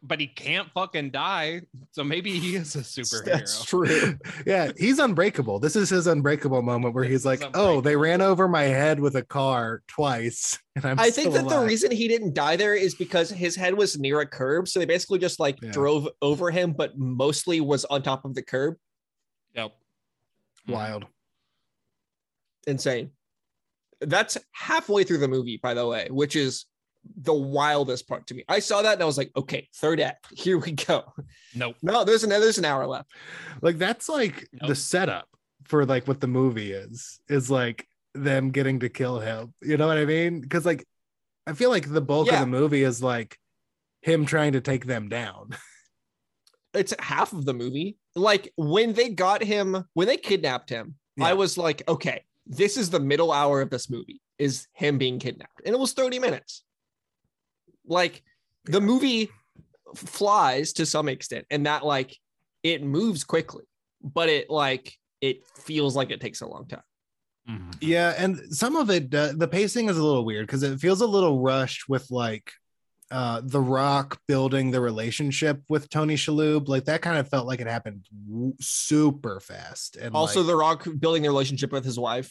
S1: But he can't fucking die. So maybe he is a superhero.
S2: That's true.
S3: yeah, he's unbreakable. This is his unbreakable moment where he's
S1: This is
S3: like, "Oh, they
S1: unbreakable.
S3: ran over my head with a car twice, and I'm."
S2: I think
S3: still
S2: that the
S3: alive."
S2: reason he didn't die there is because his head was near a curb. So they basically just like
S3: Yeah.
S2: drove over him, but mostly was on top of the curb.
S1: Yep.
S3: wild.
S2: Insane. That's halfway through the movie, by the way, which is the wildest part to me. I saw that and I was like, okay, third act. Here we go.
S1: Nope.
S2: No, there's an there's an hour left.
S3: like that's like the
S1: Nope.
S3: setup for like what the movie is is like them getting to kill him you know what i mean because like I feel like the bulk
S2: Yeah.
S3: of the movie is like him trying to take them down.
S2: it's half of the movie. Like when they got him, when they kidnapped him,
S3: Yeah.
S2: I was like, okay, this is the middle hour of this movie is him being kidnapped. And it was 30 minutes. Like the movie f- flies to some extent and that like it moves quickly, but it like it feels like it takes a long time.
S1: Mm-hmm.
S3: Yeah, and some of it uh, the pacing is a little weird because it feels a little rushed with like uh The Rock building the relationship with Tony Shalhoub. Like that kind of felt like it happened w- super fast. And
S2: Also,
S3: like,
S2: The Rock building the relationship with his wife,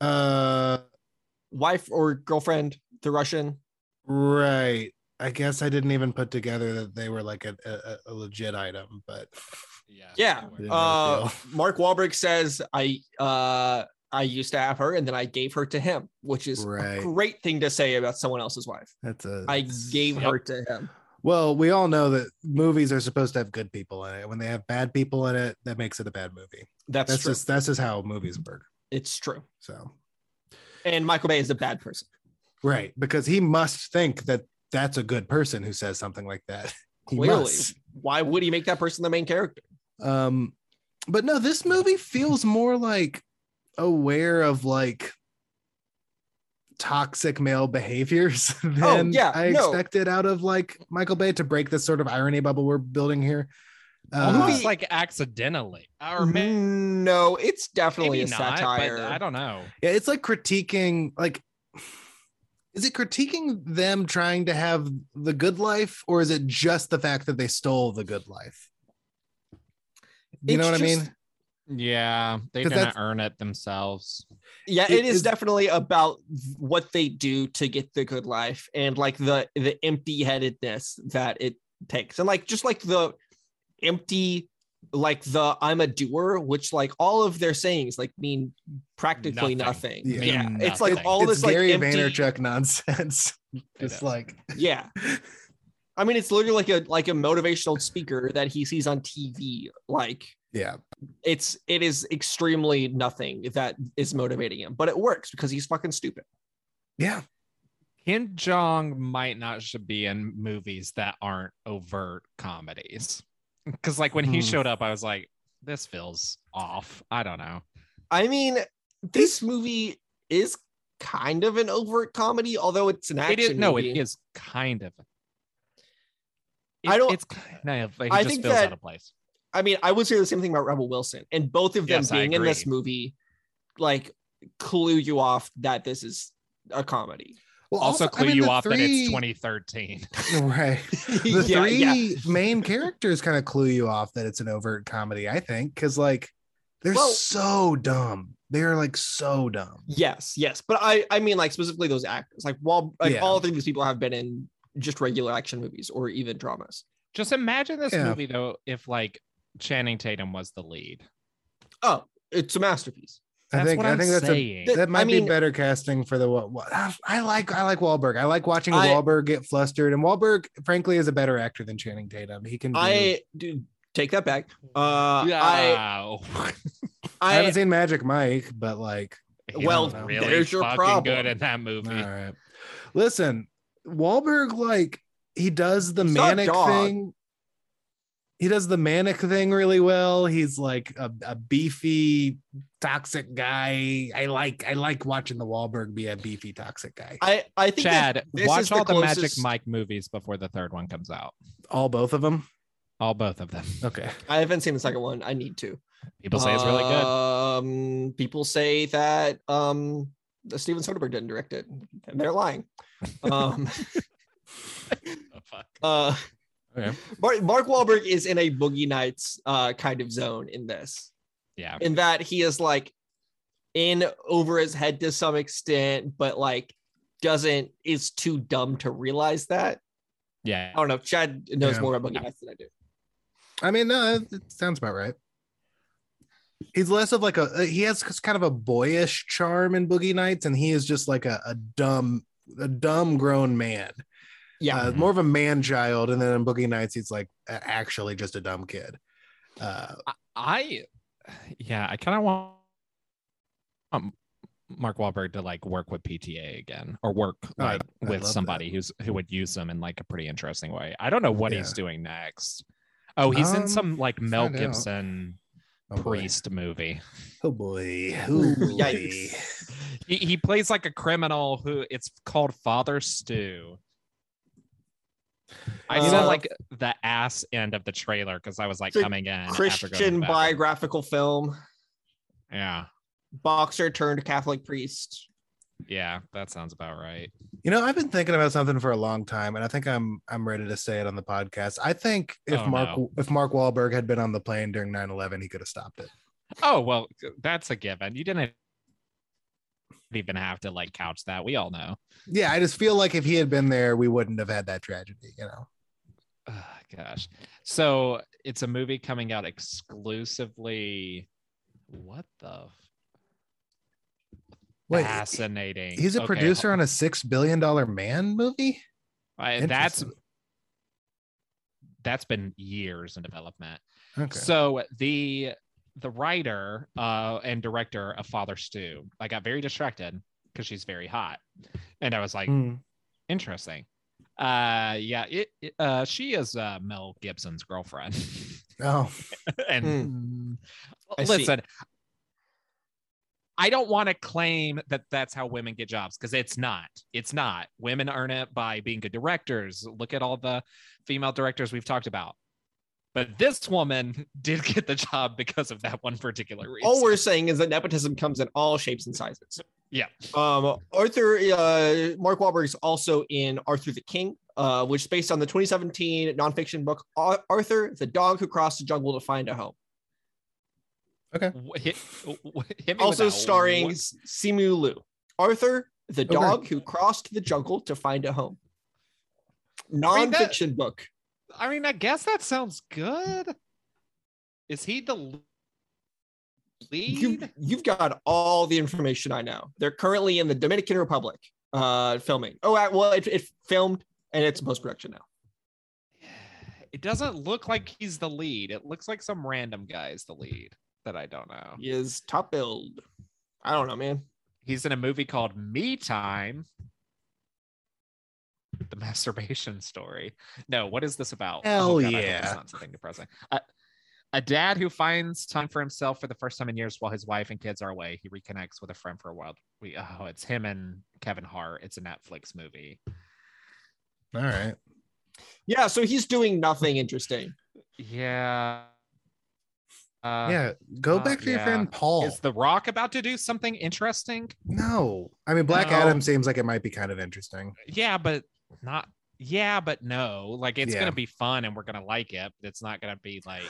S3: uh
S2: wife or girlfriend, the Russian.
S3: right. I guess I didn't even put together that they were like a, a, a legit item, but
S2: Yeah.
S1: no
S3: Yeah.
S1: worries.
S2: Uh,
S3: Yeah.
S2: Mark Wahlberg says, "I uh, I used to have her, and then I gave her to him," which is
S3: Right.
S2: a great thing to say about someone else's wife.
S3: that's a
S2: I gave
S1: Yep.
S2: her to him.
S3: Well, we all know that movies are supposed to have good people in it. When they have bad people in it, that makes it a bad movie.
S2: That's,
S3: That's
S2: true.
S3: just that's just how movies work.
S2: it's true.
S3: So
S2: And Michael Bay is a bad person.
S3: right, because he must think that that's a good person who says something like that. He
S2: Clearly,
S3: must.
S2: why would he make that person the main character?
S3: Um, but no, this movie feels more like aware of like toxic male behaviors than
S2: Oh, yeah,
S3: I
S2: no.
S3: expected out of like Michael Bay to break this sort of irony bubble we're building here. Uh,
S1: Almost like accidentally, or may-
S2: no, it's definitely
S1: maybe
S2: a
S1: not.
S2: satire.
S1: But I don't know.
S3: Yeah, it's like critiquing like is it critiquing them trying to have the good life or is it just the fact that they stole the good life? You
S2: It's
S3: know what I
S2: just-
S3: mean?
S1: Yeah, they
S3: 'Cause
S1: didn't
S3: that's-
S1: earn it themselves.
S2: yeah,
S3: It
S2: it is
S3: is-
S2: definitely about what they do to get the good life and like the the empty headedness that it takes, and like just like the empty like the I'm a doer, which like all of their sayings like mean practically
S1: Nothing.
S2: nothing.
S3: Yeah.
S2: Yeah,
S1: Mean
S2: it's like
S1: nothing.
S2: all
S3: it's
S2: this like
S3: Gary
S2: empty-
S3: Vaynerchuk nonsense. just
S1: is.
S3: like
S2: Yeah, I mean it's literally like a like a motivational speaker that he sees on TV. Like
S3: yeah.
S2: it's it is extremely nothing that is motivating him, but it works because he's fucking stupid.
S3: Yeah.
S1: Kim Jong might not should be in movies that aren't overt comedies. Because like when he
S3: Hmm.
S1: showed up, I was like, this feels off. I don't know.
S2: I mean, this movie is kind of an overt comedy, although it's an action
S1: It is no, it
S2: movie.
S1: is kind of.
S2: I
S1: It-
S2: don't-
S1: It's kind of. It
S2: I
S1: just
S2: think
S1: feels
S2: that-
S1: out of place.
S2: I mean, I would say the same thing about Rebel Wilson, and both of them
S1: Yes, I
S2: being in this
S1: agree.
S2: movie, like, clue you off that this is a comedy.
S3: Well,
S1: Also,
S3: I
S1: clue
S3: mean,
S1: you
S3: the
S1: off that it's
S3: three-
S1: 2013.
S3: Right. The three main characters kind of clue you off that it's an overt comedy, I think, because like they're
S2: Well-
S3: so dumb. They're like so dumb.
S2: Yes, yes, but I, I mean, like specifically those actors, like, while like
S3: Yeah.
S2: all three of these people have been in just regular action movies or even dramas.
S1: Just imagine this
S3: Yeah.
S1: movie though, if like Channing Tatum was the lead.
S2: Oh, it's a masterpiece.
S3: I
S1: That's
S3: think
S1: what
S3: I
S1: I'm
S3: think that's a
S1: saying.
S2: Th-
S3: that
S2: I
S3: might
S2: mean-
S3: be better casting for the what, I like I like Wahlberg. I like watching
S2: I-
S3: Wahlberg get flustered, and Wahlberg, frankly, is a better actor than Channing Tatum. He can. Do, I,
S2: I do take that back. Uh, I,
S1: I,
S2: I,
S3: haven't seen Magic Mike, but like,
S2: well,
S1: was
S2: there's your
S1: fucking
S2: problem.
S1: good in that movie.
S3: all right. Listen, Wahlberg, like he does the
S2: He's not
S3: manic
S2: dog.
S3: thing. He does the manic thing really well. He's like a, a beefy, toxic guy. I like I like watching the Wahlberg be a beefy, toxic guy.
S2: I, I think that
S1: Chad,
S2: this
S1: watch
S2: is the
S1: all the, Magic
S2: closest-
S1: Mike movies before the third one comes out.
S3: All both of them.
S1: All both of them.
S3: Okay.
S2: I haven't seen the second one. I need to.
S1: People say it's really
S2: Uh,
S1: good.
S2: Um, people say that um, that Steven Soderbergh didn't direct it, and they're lying. Um,
S1: Oh,
S2: uh,
S3: Okay.
S2: Mark, Mark Wahlberg is in a Boogie Nights uh, kind of zone in this,
S1: Yeah.
S2: in that he is like in over his head to some extent, but like doesn't is too dumb to realize that.
S1: Yeah.
S2: I don't know. Chad knows
S3: Yeah.
S2: more about Boogie Nights than I do.
S3: I mean, no, it- it sounds about right. He's less of like a uh, he has kind of a boyish charm in Boogie Nights, and he is just like a, a dumb a dumb grown man,
S2: Yeah,
S3: uh, more of a man child. And then in Boogie Nights, he's like a- actually just a dumb kid. Uh,
S1: I yeah, I kind of want um, Mark Wahlberg to like work with PTA again or work
S3: Oh, I-
S1: like
S3: I
S1: with
S3: love
S1: somebody who's who would use them in like a pretty interesting way. I don't know what he's
S3: Yeah.
S1: doing next. Oh, he's in
S3: Um,
S1: some like Mel
S3: find out.
S1: Gibson
S3: Oh, boy.
S1: priest movie.
S3: Oh boy.
S2: Ooh,
S3: Oh boy.
S2: yikes.
S1: He, he plays like a criminal who it's called Father Stew. I
S2: Uh,
S1: saw like the ass end of the trailer because I was like
S2: It's a
S1: coming in after going to the
S2: Christian
S1: bathroom.
S2: biographical film.
S1: Yeah,
S2: Boxer turned Catholic priest.
S1: yeah, that sounds about right.
S3: You know, I've been thinking about something for a long time, and I think I'm I'm ready to say it on the podcast. I think if
S1: Oh,
S3: Mark
S1: no.
S3: if Mark Wahlberg had been on the plane during 9-11, he could have stopped it.
S1: Oh well, that's a given. You didn't even have to like couch that. We all know.
S3: Yeah, I just feel like if he had been there, we wouldn't have had that tragedy, you know.
S1: Oh, gosh, so it's a movie coming out exclusively. What the f-
S3: Wait,
S1: fascinating?
S3: he's a
S1: Okay,
S3: producer on a six billion dollar man movie?
S1: I- that's
S3: Interesting.
S1: that's been years in development.
S3: okay.
S1: So the the writer uh, and director of Father Stew, I got very distracted because she's very hot, and I was like,
S3: Hmm.
S1: interesting. Uh, yeah, it, it- uh, she is uh, Mel Gibson's girlfriend,
S3: Oh, Hmm.
S1: and
S2: I see.
S1: listen. I don't want to claim that that's how women get jobs because it's not. It's not. Women earn it by being good directors. Look at all the female directors we've talked about. But this woman did get the job because of that one particular reason.
S2: All Oh, we're saying is that nepotism comes in all shapes and sizes.
S1: Yeah.
S2: Um, Arthur, uh, Mark Wahlberg is also in Arthur the King, uh, which is based on the 2017 nonfiction book Ar- Arthur, the Dog Who Crossed the Jungle to Find a Home.
S1: W- hit, w- w- hit me with
S2: Also
S1: that.
S2: starring
S1: What-
S2: S- Simu Liu. Arthur, the
S3: Okay.
S2: dog who crossed the jungle to find a home.
S1: mean, that-
S2: Nonfiction book.
S1: I mean, I guess that sounds good. Is he the l- lead?
S2: You, you've got all the information I know. They're currently in the Dominican Republic uh, filming. Oh, uh, well, it, it filmed and it's post production now.
S1: It doesn't look like he's the lead. It looks like some random guy is the lead that I don't know.
S2: He is top build. I don't know, man.
S1: He's in a movie called Me Time. The masturbation story. No, what is this about? Oh,
S3: Hell
S1: I hope
S3: yeah.
S1: it's not something depressing. A- a dad who finds time for himself for the first time in years while his wife and kids are away. He reconnects with a friend for a while. We oh, it's him and Kevin Hart. It's a Netflix movie.
S3: all right.
S2: Yeah, so he's doing nothing interesting.
S1: Yeah. Uh,
S3: yeah, go
S1: uh,
S3: back to your
S1: yeah.
S3: friend Paul.
S1: Is The Rock about to do something interesting?
S3: no, I mean Black
S2: No.
S3: Adam seems like it might be kind of interesting.
S1: Yeah, but not. Yeah, but no. Like it's
S3: Yeah.
S1: gonna be fun, and we're gonna like it. But it's not gonna be like.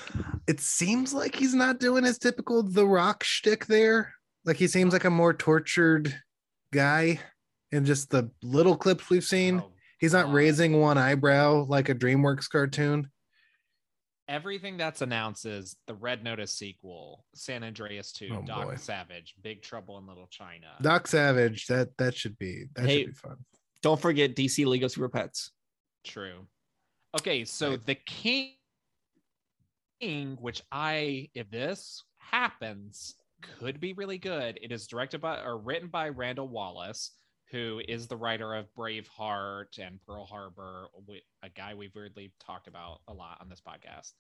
S3: It seems like he's not doing his typical The Rock shtick there. Like he seems like a more tortured guy in just the little clips we've seen.
S1: oh,
S3: He's not
S1: God.
S3: raising one eyebrow like a DreamWorks cartoon.
S1: Everything that's announced is the Red Notice sequel, San Andreas Two,
S3: Oh,
S1: Doc
S3: boy.
S1: Savage, Big Trouble in Little China.
S3: Doc Savage, that that should be that
S2: Hey.
S3: should be fun.
S2: Don't forget DC League of Super Pets.
S1: True. Okay, so
S3: Right.
S1: the king, king, which I, if this happens, could be really good. It is directed by or written by Randall Wallace, who is the writer of Braveheart and Pearl Harbor, wi- a guy we've weirdly talked about a lot on this podcast.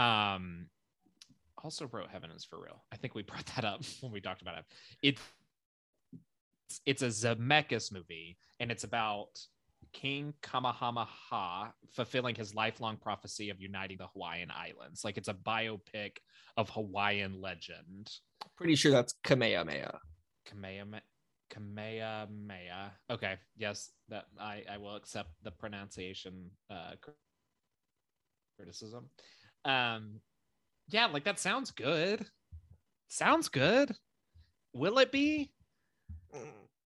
S1: Um, also wrote Heaven is for Real. I think we brought that up when we talked about it. It's it's a Zemeckis movie, and it's about King Kamehameha fulfilling his lifelong prophecy of uniting the Hawaiian Islands. Like it's a biopic of Hawaiian legend.
S2: Pretty sure that's Kamehameha.
S1: Kamehameha. Kamehameha. Okay, yes, that I, I will accept the pronunciation uh, cr- criticism. Um, yeah, like that sounds good. Sounds good. Will it be?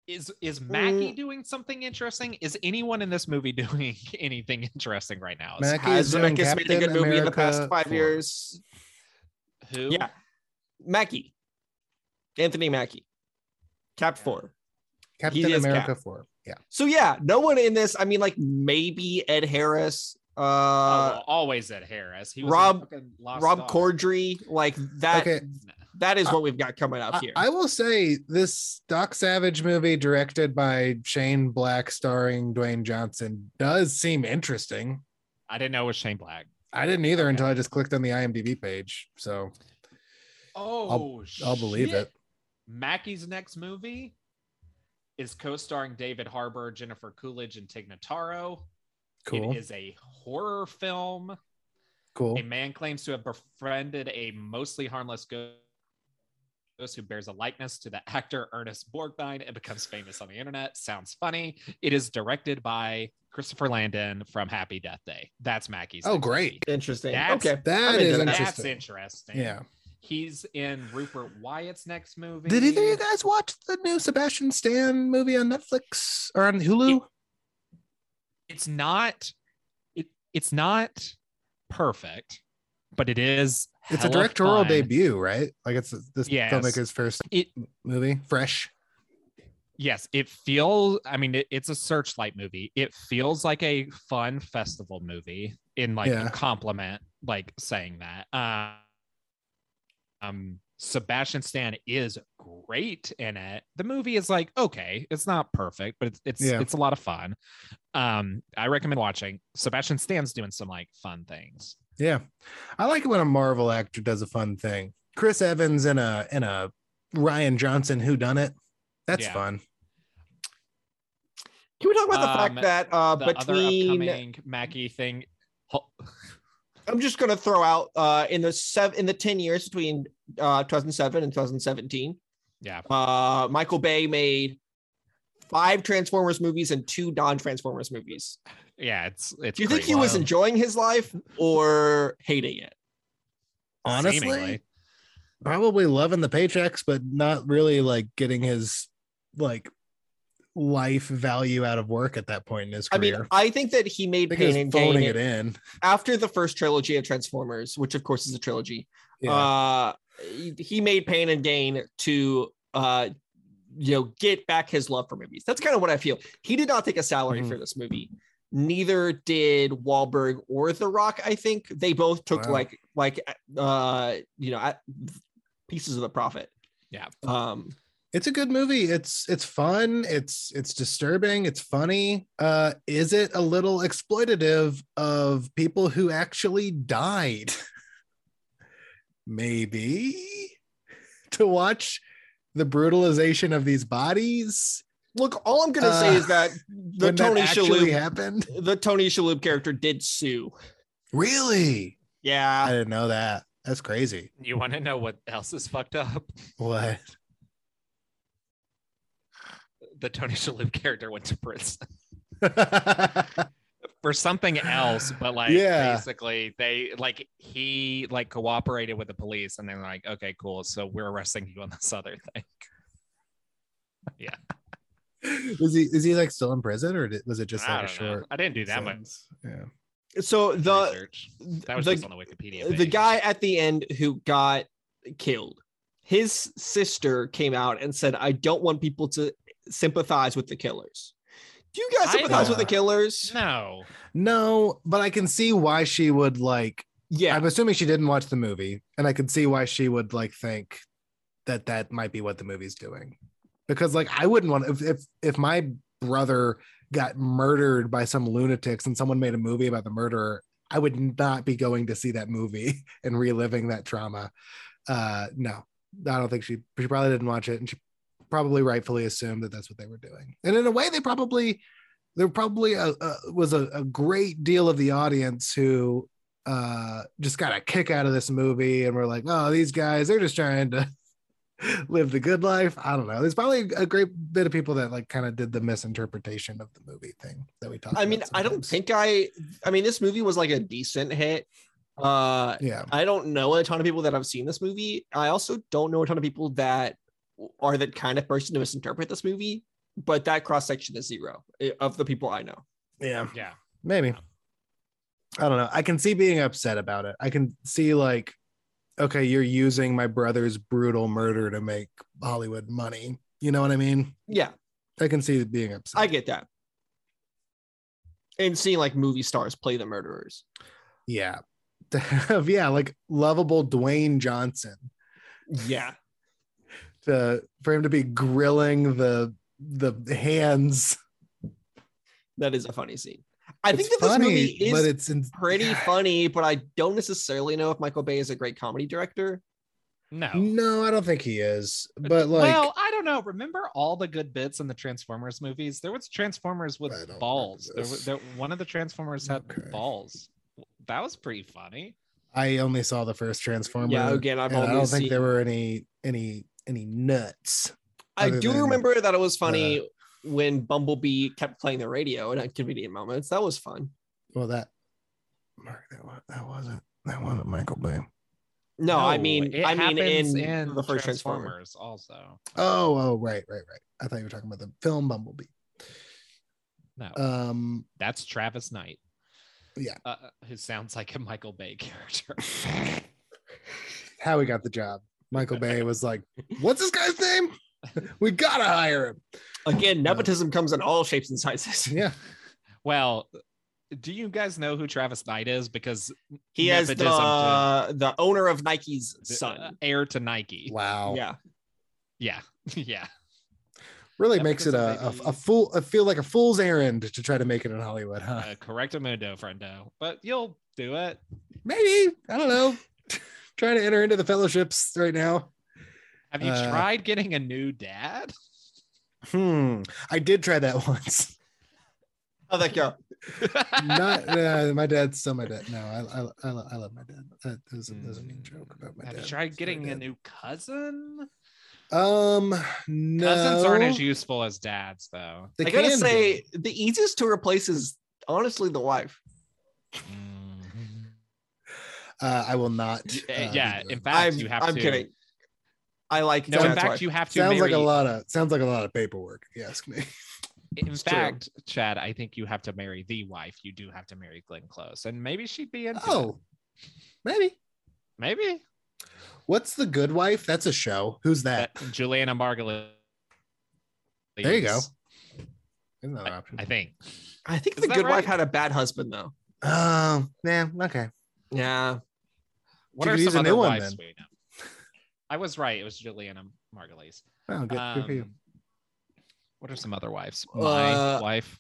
S1: is is Mackie
S2: Mm.
S1: doing something interesting? Is anyone in this movie doing anything interesting right now? Is-
S3: Mac- Mackie
S2: Has
S3: is doing
S2: Zemeckis made a
S3: Captain
S2: good movie in the
S3: America
S2: past five
S3: 4.
S2: years?
S1: who?
S2: Yeah. Mackie. Anthony Mackie. Cap
S1: Yeah.
S2: four.
S3: Captain
S2: is
S3: America
S2: Cap.
S3: 4. Yeah.
S2: So yeah, no one in this. I mean, like maybe Ed Harris,
S1: Oh,
S2: uh,
S1: well, always at Harris. He was
S2: Rob-
S1: in fucking Lost
S2: Rob
S1: Dog.
S2: Corddry, like that.
S3: Okay.
S2: That is what we've got coming up
S3: I-
S2: here.
S3: I, will say this Doc Savage movie, directed by Shane Black, starring Dwayne Johnson, does seem interesting.
S1: I didn't know it was Shane Black.
S3: I didn't either until I just clicked on the IMDb page. So
S1: Oh,
S3: I'll believe
S1: shit.
S3: it.
S1: Mackey's next movie is co-starring David Harbour, Jennifer Coolidge, and Tig Notaro.
S3: cool,
S1: It is a horror film.
S3: cool.
S1: A man claims to have befriended a mostly harmless ghost who bears a likeness to the actor Ernest Borgnine and becomes famous on the internet. Sounds funny. It is directed by Christopher Landon from Happy Death Day. That's Mackey's.
S3: Oh,
S1: next
S3: great.
S2: Interesting.
S1: That's-
S2: okay.
S3: That
S2: I'm into
S3: is
S1: movie.
S2: that.
S3: interesting.
S1: That's interesting.
S3: Yeah.
S1: He's in Rupert Wyatt's next movie.
S3: Did either of you guys watch the new Sebastian Stan movie on Netflix or on Hulu?
S1: it's not it, it's not perfect, but it is
S3: it's a
S1: hella
S3: directorial
S1: fun.
S3: debut, right? Like it's this
S1: Yes.
S3: filmmaker's first
S1: It-
S3: movie, fresh.
S1: Yes, it feels. I mean, it, it's a searchlight movie. It feels like a fun festival movie. In like
S3: Yeah.
S1: a compliment, like saying that. Uh, um, Sebastian Stan is great in it. The movie is like okay, it's not perfect, but it's it's
S3: Yeah.
S1: it's a lot of fun. Um, I recommend watching. Sebastian Stan's doing some like fun things.
S3: Yeah, I like it when a Marvel actor does a fun thing. Chris Evans and a and a Ryan Johnson who done it. That's
S1: Yeah.
S3: fun.
S2: Can we talk about the
S1: Um,
S2: fact that uh,
S1: the other
S2: between
S1: upcoming Mackie thing. Ho-
S2: I'm just gonna throw out uh, in the seven in the ten years between uh, 2007 and 2017,
S1: Yeah,
S2: uh, Michael Bay made five Transformers movies and two non-Transformers movies.
S1: yeah, it's it's.
S2: Do you think
S1: crazy.
S2: he was
S3: Wow.
S2: enjoying his life or hating it?
S3: Honestly,
S1: Seemingly.
S3: probably loving the paychecks, but not really like getting his like life value out of work at that point in his
S2: I
S3: career.
S2: mean, I think that he made
S3: I
S2: Pain
S3: think he
S2: and
S3: was phoning
S2: Gain
S3: it in.
S2: after the first trilogy of Transformers, which of course is a trilogy.
S3: Yeah.
S2: uh he- he made pain and gain to uh you know get back his love for movies that's kind of what i feel he did not take a salary
S3: Mhm.
S2: for this movie neither did Wahlberg or the rock i think they both took
S3: Wow.
S2: like like uh you know at- pieces of the profit
S1: Yeah.
S2: um
S3: it's a good movie it's it's fun it's it's disturbing it's funny uh is it a little exploitative of people who actually died maybe to watch the brutalization of these bodies
S2: look all i'm gonna say
S3: Uh,
S2: is that the
S3: when
S2: tony
S3: that actually
S2: shalhoub
S3: happened
S2: the tony shalhoub character did sue
S3: really i
S2: yeah
S3: didn't know that that's crazy
S1: You want to know what else is fucked up?
S3: what
S1: The Tony Shalhoub character went to prison for something else, but like
S3: Yeah.
S1: basically they like he like cooperated with the police, and they're like, okay, cool, so we're arresting you on this other thing.
S3: is he is he like still in prison or did, was it just
S1: I
S3: like a
S1: don't know.
S3: short
S1: I didn't do that much
S3: sentence? yeah
S2: so the
S1: research. That was
S2: the-
S1: just on the Wikipedia.
S2: the
S1: page.
S2: guy at the end who got killed his sister came out and said i don't want people to sympathize with the killers do you guys
S1: I
S2: sympathize with the
S3: don't-
S2: killers
S1: No,
S3: No, but I can see why she would like.
S2: yeah
S3: I'm assuming she didn't watch the movie, and I can see why she would like think that that might be what the movie's doing, because like I wouldn't want if if if my brother got murdered by some lunatics and someone made a movie about the murderer, I would not be going to see that movie and reliving that trauma. Uh, no, I don't think she. She probably didn't watch it, and she probably rightfully assumed that that's what they were doing. And in a way, they probably there probably a, a, was a, a great deal of the audience who uh, just got a kick out of this movie and were like, "Oh, these guys, they're just trying to." live the good life i don't know there's probably a great bit of people that like kind of did the misinterpretation of the movie thing that we talked
S2: i mean
S3: about
S2: i don't
S3: sometimes.
S2: think i i mean this movie was like a decent hit uh
S3: yeah
S2: i don't know a ton of people that have seen this movie i also don't know a ton of people that are that kind of person to misinterpret this movie but that cross section is zero eh, of the people i know
S3: yeah
S1: yeah,
S3: maybe i don't know i can see being upset about it i can see like okay you're using my brother's brutal murder to make hollywood money you know what i mean
S2: yeah
S3: i can see being upset
S2: I get that. And seeing like movie stars play the murderers.
S3: yeah to have yeah like lovable dwayne johnson
S2: Yeah.
S3: to for him to be grilling the the hands.
S2: That is a funny scene. I
S3: It's
S2: think that
S3: funny,
S2: this
S3: but
S2: movie is
S3: it's in,
S2: pretty funny, but I don't necessarily know if Michael Bay is a great comedy director.
S1: No.
S3: no, I don't think he is. But like,
S1: well, I don't know. Remember all the good bits in the Transformers movies? There was Transformers with
S3: I don't
S1: balls.
S3: remember
S1: There,
S3: this.
S1: wa- there, one of the Transformers had
S3: Okay.
S1: balls. That was pretty funny.
S3: I only saw the first Transformer.
S2: Yeah, again, I've
S3: and I don't
S2: only
S3: think
S2: seen.
S3: there were any any any nuts.
S2: I
S3: other
S2: do
S3: than,
S2: remember that it was funny when Bumblebee kept playing the radio in inconvenient moments. That was fun.
S3: Well, that Mark, that wa- that wasn't that wasn't Michael Bay.
S2: No, I
S1: No,
S2: mean,
S1: it
S2: I mean,
S1: happens
S2: in, the first Transformer.
S1: Transformers also.
S3: Oh, oh, right, right, right. I thought you were talking about the film Bumblebee.
S1: No,
S2: Uh,
S3: Um,
S1: that's Travis Knight.
S3: Yeah.
S1: uh, who sounds like a Michael Bay character.
S3: how he got the job. Michael Bay was like, "What's this guy's name? We gotta hire him."
S2: Again, nepotism comes in all shapes and sizes.
S3: Yeah,
S1: well, do you guys know who Travis Knight is? Because
S2: He has the
S1: Nepotism
S2: the owner of Nike's
S1: the-
S2: son.
S1: uh, heir to Nike.
S3: wow.
S2: Yeah,
S1: Yeah, yeah.
S3: Really
S1: That
S3: makes it
S1: puts
S3: a,
S1: him
S3: a, a
S1: maybe-
S3: fool. I feel like a fool's errand to try to make it in Hollywood, huh?
S1: Uh, correct a mundo, friendo. But you'll do it.
S3: Maybe I don't know. Trying to enter into the fellowships right now.
S1: Have you
S3: Uh,
S1: tried getting a new dad?
S3: Hmm. I did try that once.
S2: how'd Oh, that go?
S3: Not uh, my dad's still my dad. No, I I, I, lo- I love my dad. That that was, a, that was a mean joke about my
S1: Mm. Have
S3: dad.
S1: you tried
S3: Sorry,
S1: getting a
S3: Dad.
S1: new cousin?
S3: Um, no.
S1: Cousins aren't as useful as dads, though.
S3: They
S2: I gotta
S3: can be.
S2: say, the easiest to replace is honestly the wife.
S1: Mm-hmm.
S3: uh, I will not.
S1: Y-
S3: uh,
S1: uh, yeah,
S3: do that.
S1: in fact,
S2: I'm,
S1: you have
S2: I'm
S1: to.
S2: kidding. I like
S1: No, in
S2: Chad's
S1: fact,
S2: wife.
S1: you have to.
S3: sounds
S1: marry,
S3: like a lot of sounds like a lot of paperwork. If you ask me.
S1: In
S2: true.
S1: fact, Chad, I think you have to marry the wife. You do have to marry Glenn Close, and maybe she'd be into. it.
S3: Oh, maybe.
S1: maybe
S3: What's the Good Wife? That's a show. Who's that?
S1: that Juliana Margulies.
S3: There you go. Isn't that an
S1: I,
S3: option?
S1: I think.
S2: I think
S1: Is
S2: the
S1: that
S2: good
S1: right?
S2: wife had a bad husband though.
S3: Um, nah, okay.
S2: Yeah,
S1: What
S3: She
S1: are
S3: could use
S1: some
S3: a new
S1: other
S3: one,
S1: wives
S3: then.
S1: we know? I was right. It was Juliana Margulies.
S3: Oh, good, good for you.
S1: Um, What are some other wives? My
S2: Uh,
S1: wife,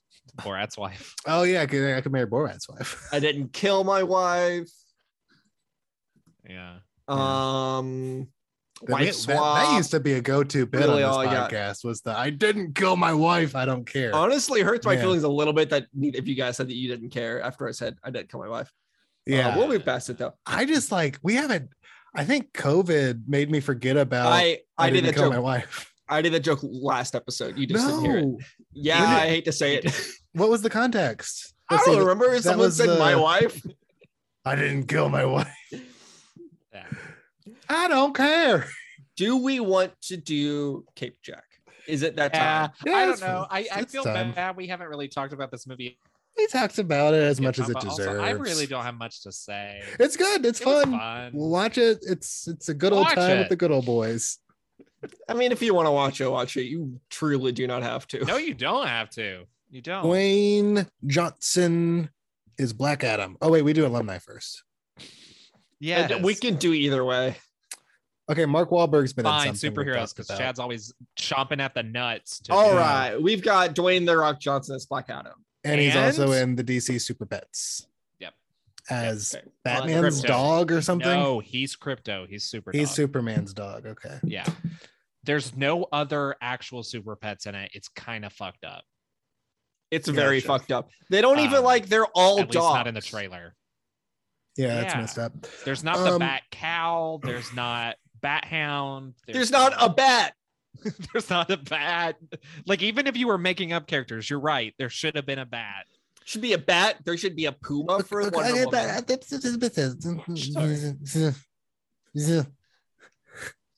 S1: Borat's wife.
S3: Oh yeah, I could, I could marry Borat's wife.
S2: I didn't kill my wife.
S1: Yeah.
S2: Um,
S3: That,
S2: wife
S3: that-
S2: swap.
S3: that used to be a go-to bit
S2: Really all
S3: on
S2: I
S3: this
S2: got.
S3: podcast was the I didn't kill my wife. I don't
S1: Oh,
S3: care.
S2: honestly hurts my
S3: Yeah.
S2: feelings a little bit that neither of you guys said that you didn't care after I said I didn't kill my wife. Uh,
S3: yeah,
S2: we'll move past it though.
S3: I just like we haven't. I think COVID made me forget about.
S2: I I, did
S3: didn't
S2: that
S3: kill
S2: joke.
S3: my wife.
S2: I did that joke last episode. You just didn't hear it.
S3: No,
S2: Yeah,
S3: When did-
S2: I hate to say it.
S3: what was the context?
S2: I
S3: Let's
S2: don't
S3: see,
S2: remember if
S3: that
S2: someone
S3: was
S2: said my
S3: the-
S2: wife.
S3: I didn't kill my wife.
S1: Yeah.
S3: I don't care.
S2: Do we want to do Cape Jack? Is it that
S1: Yeah,
S2: time?
S3: Yeah,
S1: I
S3: it's
S1: don't know.
S3: fine.
S1: I, I
S3: It's
S1: feel
S3: time.
S1: bad we haven't really talked about this movie
S3: He talks about it as
S1: yet,
S3: much as it
S1: but
S3: deserves.
S1: also, I really don't have much to say.
S3: It's good. It's
S1: It was
S3: fun. Watch it. It's it's a good old
S1: Watch
S3: time
S1: it.
S3: with the good old boys.
S2: I mean, if you want to watch it, watch it. You truly do not have to.
S1: No, you don't have to. You don't.
S3: Dwayne Johnson is Black Adam. Oh wait, we do alumni first.
S1: Yeah,
S2: And We can do either way.
S3: Okay, Mark Wahlberg's been
S1: find
S3: in something we
S1: superheroes
S3: talked
S1: because
S3: about.
S1: Chad's always chomping at the nuts. To
S2: All
S1: do-
S2: right, we've got Dwayne the Rock Johnson as Black Adam.
S3: and, he's
S1: and-
S3: also in the DC Super Pets.
S1: Yep.
S3: As
S2: Okay.
S3: Batman's
S1: Crypto.
S3: dog or something.
S1: No, he's crypto. He's super.
S3: he's
S1: dog.
S3: Superman's dog. Okay.
S1: Yeah. There's no other actual super pets in it. It's kind of fucked up.
S2: It's very
S3: Gotcha.
S2: fucked up. They don't even
S1: Um,
S2: like. They're all
S1: At least not in the
S2: dogs.
S1: trailer.
S3: Yeah, that's
S1: Yeah.
S3: messed up.
S1: There's not the
S3: Um,
S1: bat cow. There's not bat hound.
S2: There's not a bat.
S1: there's not a bat. Like even if you were making up characters, you're right. There should have been a bat.
S2: Should be a bat. There should be a puma for
S3: Okay,
S2: Wonder
S3: okay,
S2: Woman.
S3: that- that's-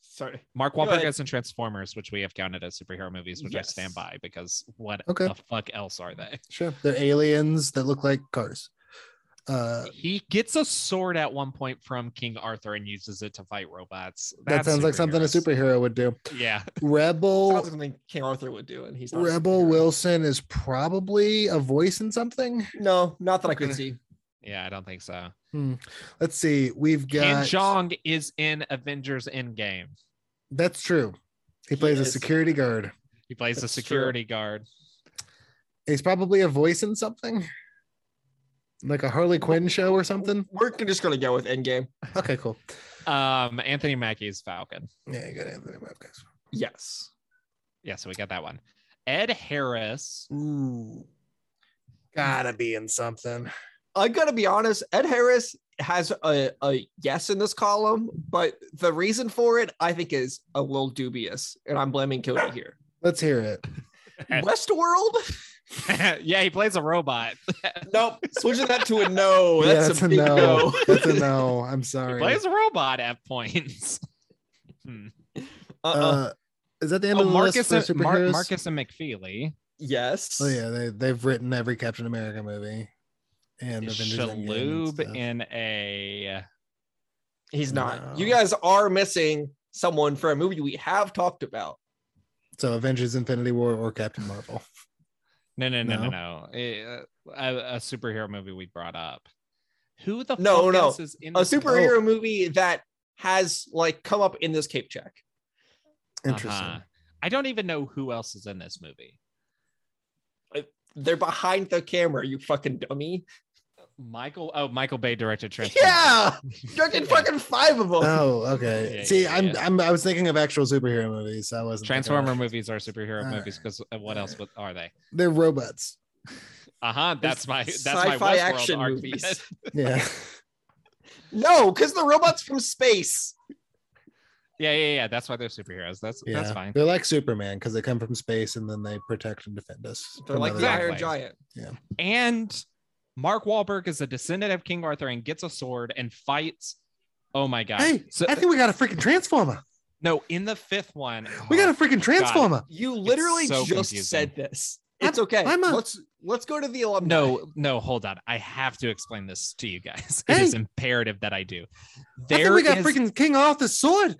S2: Sorry.
S1: Mark
S2: Go
S1: Wahlberg
S2: ahead.
S1: is in Transformers, which we have counted as superhero movies, which I
S2: Yes.
S1: stand by because what
S3: Okay.
S1: the fuck else are they?
S3: Sure. They're aliens that look like cars. Uh,
S1: He gets a sword at one point from King Arthur and uses it to fight robots.
S3: that
S1: That's
S3: sounds like something a
S1: superheroes.
S3: superhero would do.
S1: Yeah.
S2: Sounds like
S3: Rebel
S2: something King Arthur would do, and he's not a
S3: Oh. Rebel
S2: superhero.
S3: Wilson is probably a voice in something.
S2: No, not that I could
S3: Okay.
S2: see.
S1: Yeah, I don't think so.
S3: Hmm. Let's see. We've
S1: Ken
S3: got
S1: Jong is in Avengers Endgame.
S3: That's true. He
S2: He
S3: plays a
S2: is.
S3: security guard.
S1: He plays the
S2: That's true.
S1: security guard.
S3: He's probably a voice in something. Like a Harley Quinn show or something.
S2: We're just gonna go with Endgame.
S3: Okay, cool.
S1: Um, Anthony Mackie is Falcon.
S3: Yeah, you got Anthony Hopkins.
S2: Yes.
S1: Yeah, so we got that one. Ed Harris.
S3: Ooh. Gotta be in something.
S2: I gotta be honest, Ed Harris has a, a yes in this column, but the reason for it I think is a little dubious, and I'm blaming Cody here.
S3: Let's hear it.
S2: Westworld?
S1: yeah, he plays a robot.
S2: Nope. Switching that to a no.
S3: Yeah,
S2: That's, a, big no.
S3: that's a no. I'm
S1: He
S3: sorry.
S1: plays a robot at points. Hmm.
S2: Uh-uh.
S3: uh, is that the end
S1: Oh,
S3: of the
S1: Marcus,
S3: list for
S1: and, Mar-
S3: superheroes?
S1: Marcus and McFeely.
S2: yes.
S3: Oh yeah, they they've written every Captain America movie. And Avengers Endgame and
S1: Shaloub
S3: stuff.
S1: in a.
S2: He's not.
S3: No.
S2: You guys are missing someone for a movie we have talked about.
S3: so Avengers Infinity War or Captain Marvel.
S1: Uh-huh. No, no, no, no,
S3: No?
S1: no. Eh, A, a superhero movie we brought up. Who the
S2: No,
S1: fuck
S2: no.
S1: else is in
S2: A
S3: Oh.
S1: this-
S2: superhero movie that has like come up in this cape check.
S3: Interesting.
S1: Uh-huh. I don't even know who else is in this movie.
S2: They're behind the camera, you fucking dummy.
S1: Michael. Oh, Michael Bay directed Transformers.
S2: Yeah. Fucking fucking five of them.
S3: Oh, okay.
S1: Yeah,
S3: See,
S1: yeah,
S3: I'm,
S1: yeah.
S3: I'm I was thinking of actual superhero movies. So I wasn't thinking
S1: Transformer
S3: of-
S1: movies are superhero
S3: All
S1: movies because what else would- are they?
S3: They're robots.
S1: Uh huh. That's my that's my
S2: sci-fi
S1: Westworld
S2: action
S1: argument.
S2: movies.
S3: Yeah.
S2: No, because the robot's from space.
S1: Yeah, yeah, yeah. That's why they're superheroes. That's
S3: yeah.
S1: that's fine.
S3: They're like Superman because they come from space and then they protect and defend us.
S2: They're
S3: from
S2: like
S3: other-
S2: the
S1: Exactly.
S2: Iron Giant.
S1: And Mark Wahlberg is a descendant of King Arthur and gets a sword and fights. Oh my god!
S3: Hey,
S1: so
S3: I think we got a freaking transformer.
S1: no, in the fifth one,
S3: We got a
S1: Oh,
S3: freaking transformer.
S2: You literally
S1: so
S2: just
S1: confusing.
S2: said this. It's okay.
S3: I'm a-
S2: let's let's go to the alumni.
S1: oh, No, no, hold on. I have to explain this to you guys. It
S3: Hey.
S1: is imperative that I do.
S3: I think
S1: There
S3: we got
S1: is-
S3: freaking King Arthur's sword.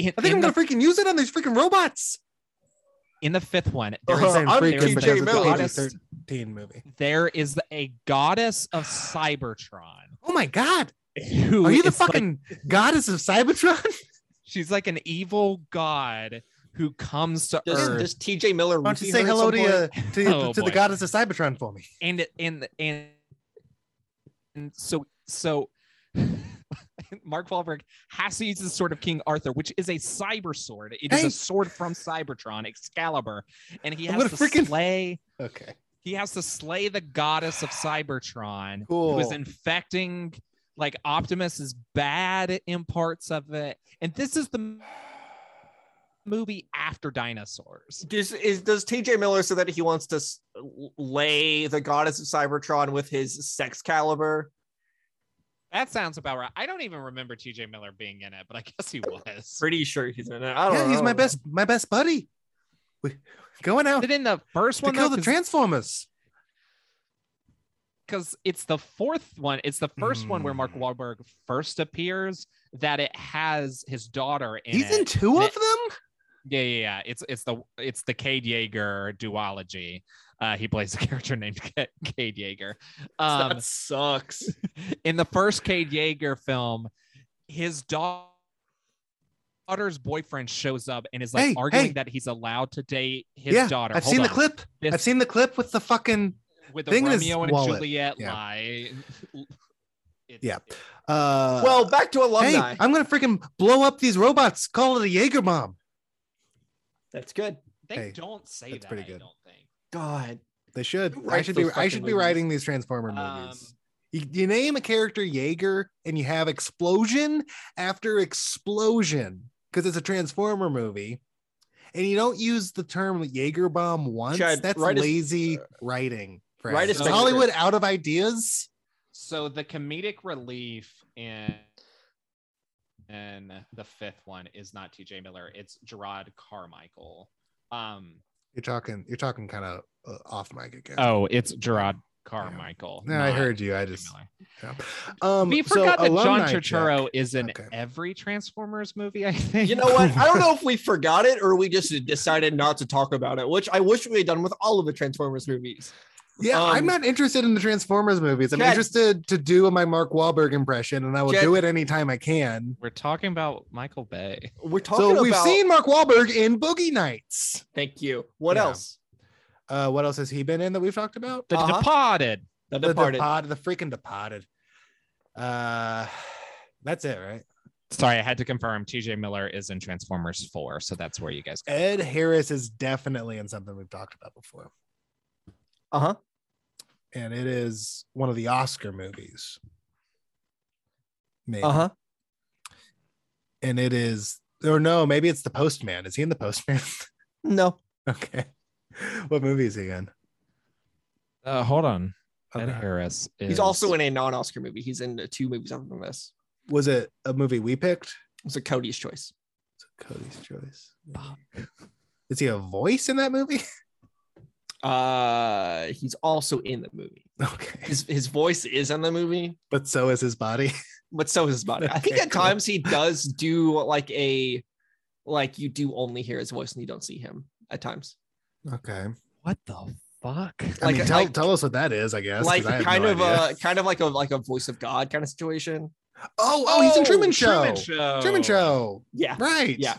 S1: in,
S3: I think
S1: in
S3: I'm
S1: the,
S3: gonna freaking use it on these freaking robots.
S1: in the fifth one, there
S2: Ugh.
S1: is,
S2: I'm
S1: TJ
S3: because it's
S1: Miller.
S3: an
S1: Honest.
S3: PG-13 movie.
S1: there is a goddess of Cybertron
S3: Oh my god!
S1: who
S3: Are you the
S1: is like-
S3: fucking goddess of Cybertron?
S1: she's like an evil god who comes to
S2: Does,
S1: Earth
S2: does TJ Miller
S3: Why don't you
S2: roofie
S3: say
S2: her at some
S3: hello to
S2: point?
S3: uh, to,
S1: Oh,
S3: to the
S1: boy.
S3: goddess of Cybertron for me?
S1: and and and and so so Mark Wahlberg has to use the sword of King Arthur, which is a cyber sword. It is
S3: Hey.
S1: a sword from Cybertron, Excalibur, and he
S3: I'm
S1: has to
S3: gonna freaking-
S1: slay.
S3: Okay.
S1: He has to slay the goddess of Cybertron, who is
S3: Cool.
S1: infecting. Like Optimus is bad in parts of it, and this is the m- movie after dinosaurs.
S2: Does is does TJ Miller say that he wants to s- lay the goddess of Cybertron with his sex caliber?
S1: That sounds about right. I don't even remember T.J. Miller being in it, but I guess he was.
S2: Pretty sure he's in it. I don't
S3: Yeah,
S2: know.
S3: he's my best my best buddy. We going out
S1: But in the first
S3: to
S1: one,
S3: kill the Transformers.
S1: because it's the fourth one, it's the first one where Mark
S3: Mm.
S1: Wahlberg first appears. That it has his daughter in
S3: He's
S1: it.
S3: in two
S1: That-
S3: of them.
S1: yeah, yeah, yeah. It's it's the it's the Cade Yeager duology. Uh, he plays a character named Ca- Cade Yeager. Um,
S2: that sucks.
S1: in the first Cade Yeager film, his daugh- daughter's boyfriend shows up and is like
S3: Hey,
S1: arguing
S3: hey.
S1: that he's allowed to date his
S3: Yeah,
S1: daughter.
S3: I've
S1: Hold
S3: seen the
S1: on.
S3: clip.
S1: This-
S3: I've seen the clip with the fucking
S1: with the
S3: thing in his
S1: Romeo and
S3: wallet.
S1: Juliet
S3: Yeah.
S1: lie. It-
S3: Yeah.
S1: it-
S3: uh
S2: well, back to
S3: hey,
S2: alumni.
S3: I'm gonna freaking blow up these robots, call it a Jaeger bomb.
S2: That's good.
S1: they
S3: Hey,
S1: don't say
S3: that's
S1: that.
S3: pretty
S1: I
S3: good.
S1: don't think.
S2: God.
S3: They should.
S2: Who
S3: I
S2: writes
S3: should be
S2: those
S3: I
S2: fucking
S3: should be
S2: movies?
S3: writing these Transformer
S1: Um,
S3: movies. You, you name a character Jaeger and you have explosion after explosion because it's a Transformer movie. And you don't use the term Jaeger bomb once.
S2: Chad,
S3: That's
S2: write a- uh,
S3: lazy writing. Friend.
S2: write a
S3: Is
S1: script.
S3: Hollywood out of ideas?
S1: so the comedic relief in and the fifth one is not T.J. Miller. It's Gerard Carmichael. Um.
S3: You're talking. You're talking kind of uh, off mic again.
S1: Oh, it's Gerard Carmichael.
S3: no, I
S1: not
S3: heard you. I
S1: T.J.
S3: just
S1: Miller.
S3: um,
S1: we
S3: so
S1: forgot that John
S3: alumni
S1: Turturro
S3: check.
S1: is in
S3: Okay.
S1: every Transformers movie. I think.
S2: You know what? I don't know if we forgot it or we just decided not to talk about it, which I wish we had done with all of the Transformers movies.
S3: Yeah,
S2: Um,
S3: I'm not interested in the Transformers movies. I'm
S2: Chad-
S3: interested to do my Mark Wahlberg impression, and I will
S2: Chad-
S3: do it anytime I can.
S1: We're talking about Michael Bay.
S2: We're talking
S3: So we've
S2: about-
S3: seen Mark Wahlberg in Boogie Nights.
S2: Thank you. What
S3: Yeah.
S2: else?
S3: Uh, what else has he been in that we've talked about?
S1: The
S2: Uh-huh.
S1: Departed.
S2: The
S3: The
S2: Departed.
S3: Depart- the freaking Departed. Uh, that's it, right?
S1: Sorry, I had to confirm. T.J. Miller is in Transformers Four, so that's where you guys go.
S3: Ed Harris is definitely in something we've talked about before,
S2: Uh-huh.
S3: and it is one of the Oscar movies. Maybe.
S2: Uh-huh.
S3: And it is, or no, maybe it's the Postman. Is he in the Postman?
S2: No.
S3: okay. What movie is he in?
S1: Uh, hold on. Ed
S3: Okay.
S1: Harris. Is...
S2: He's also in a non-Oscar movie. He's in two movies other than this.
S3: Was it a movie we picked?
S2: It's a Cody's choice.
S3: Cody's choice. Is he a voice in that movie?
S2: Uh he's also in the movie.
S3: Okay.
S2: His his voice is in the movie,
S3: But so is his body.
S2: but so is his body. I think
S3: Okay,
S2: at
S3: cool.
S2: times he does do like a like you do only hear his voice and you don't see him at times.
S3: Okay.
S1: What the fuck?
S3: I
S2: Like-
S3: mean, tell,
S2: like-
S3: tell us what that is, I guess. 'cause
S2: like
S3: I have
S2: kind
S3: no
S2: of
S3: idea.
S2: a kind of like a like a voice of God kind of situation.
S3: Oh, oh, he's in Truman Show.
S1: Truman
S3: Truman Show.
S1: Show.
S2: Yeah.
S3: Right.
S2: Yeah.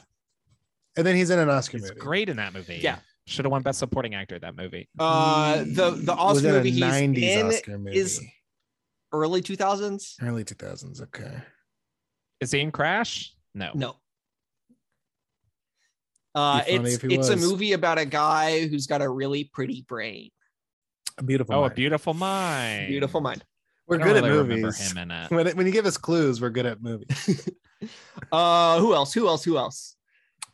S3: And then he's in an Oscar
S1: He's
S3: movie.
S1: great in that movie.
S2: Yeah.
S1: Should have won Best Supporting Actor that movie.
S2: Uh the the
S3: Was
S2: Oscar
S3: in a
S2: movie he's
S3: 90s
S2: in
S3: Oscar movie.
S2: is- early 2000s?
S3: Early 2000s. Okay.
S1: Is he in Crash? No.
S2: No. Uh,
S3: Be funny
S2: it's
S3: if he
S2: it's a
S3: was.
S2: movie about a guy who's got a really pretty brain,
S3: A beautiful.
S1: Oh,
S3: Mind.
S1: a beautiful mind.
S2: beautiful mind.
S3: We're
S1: I don't
S3: good at
S1: really remember
S3: movies.
S1: him in it.
S3: When, it- when you give us clues, we're good at movies.
S2: Uh, who else? Who else? Who else?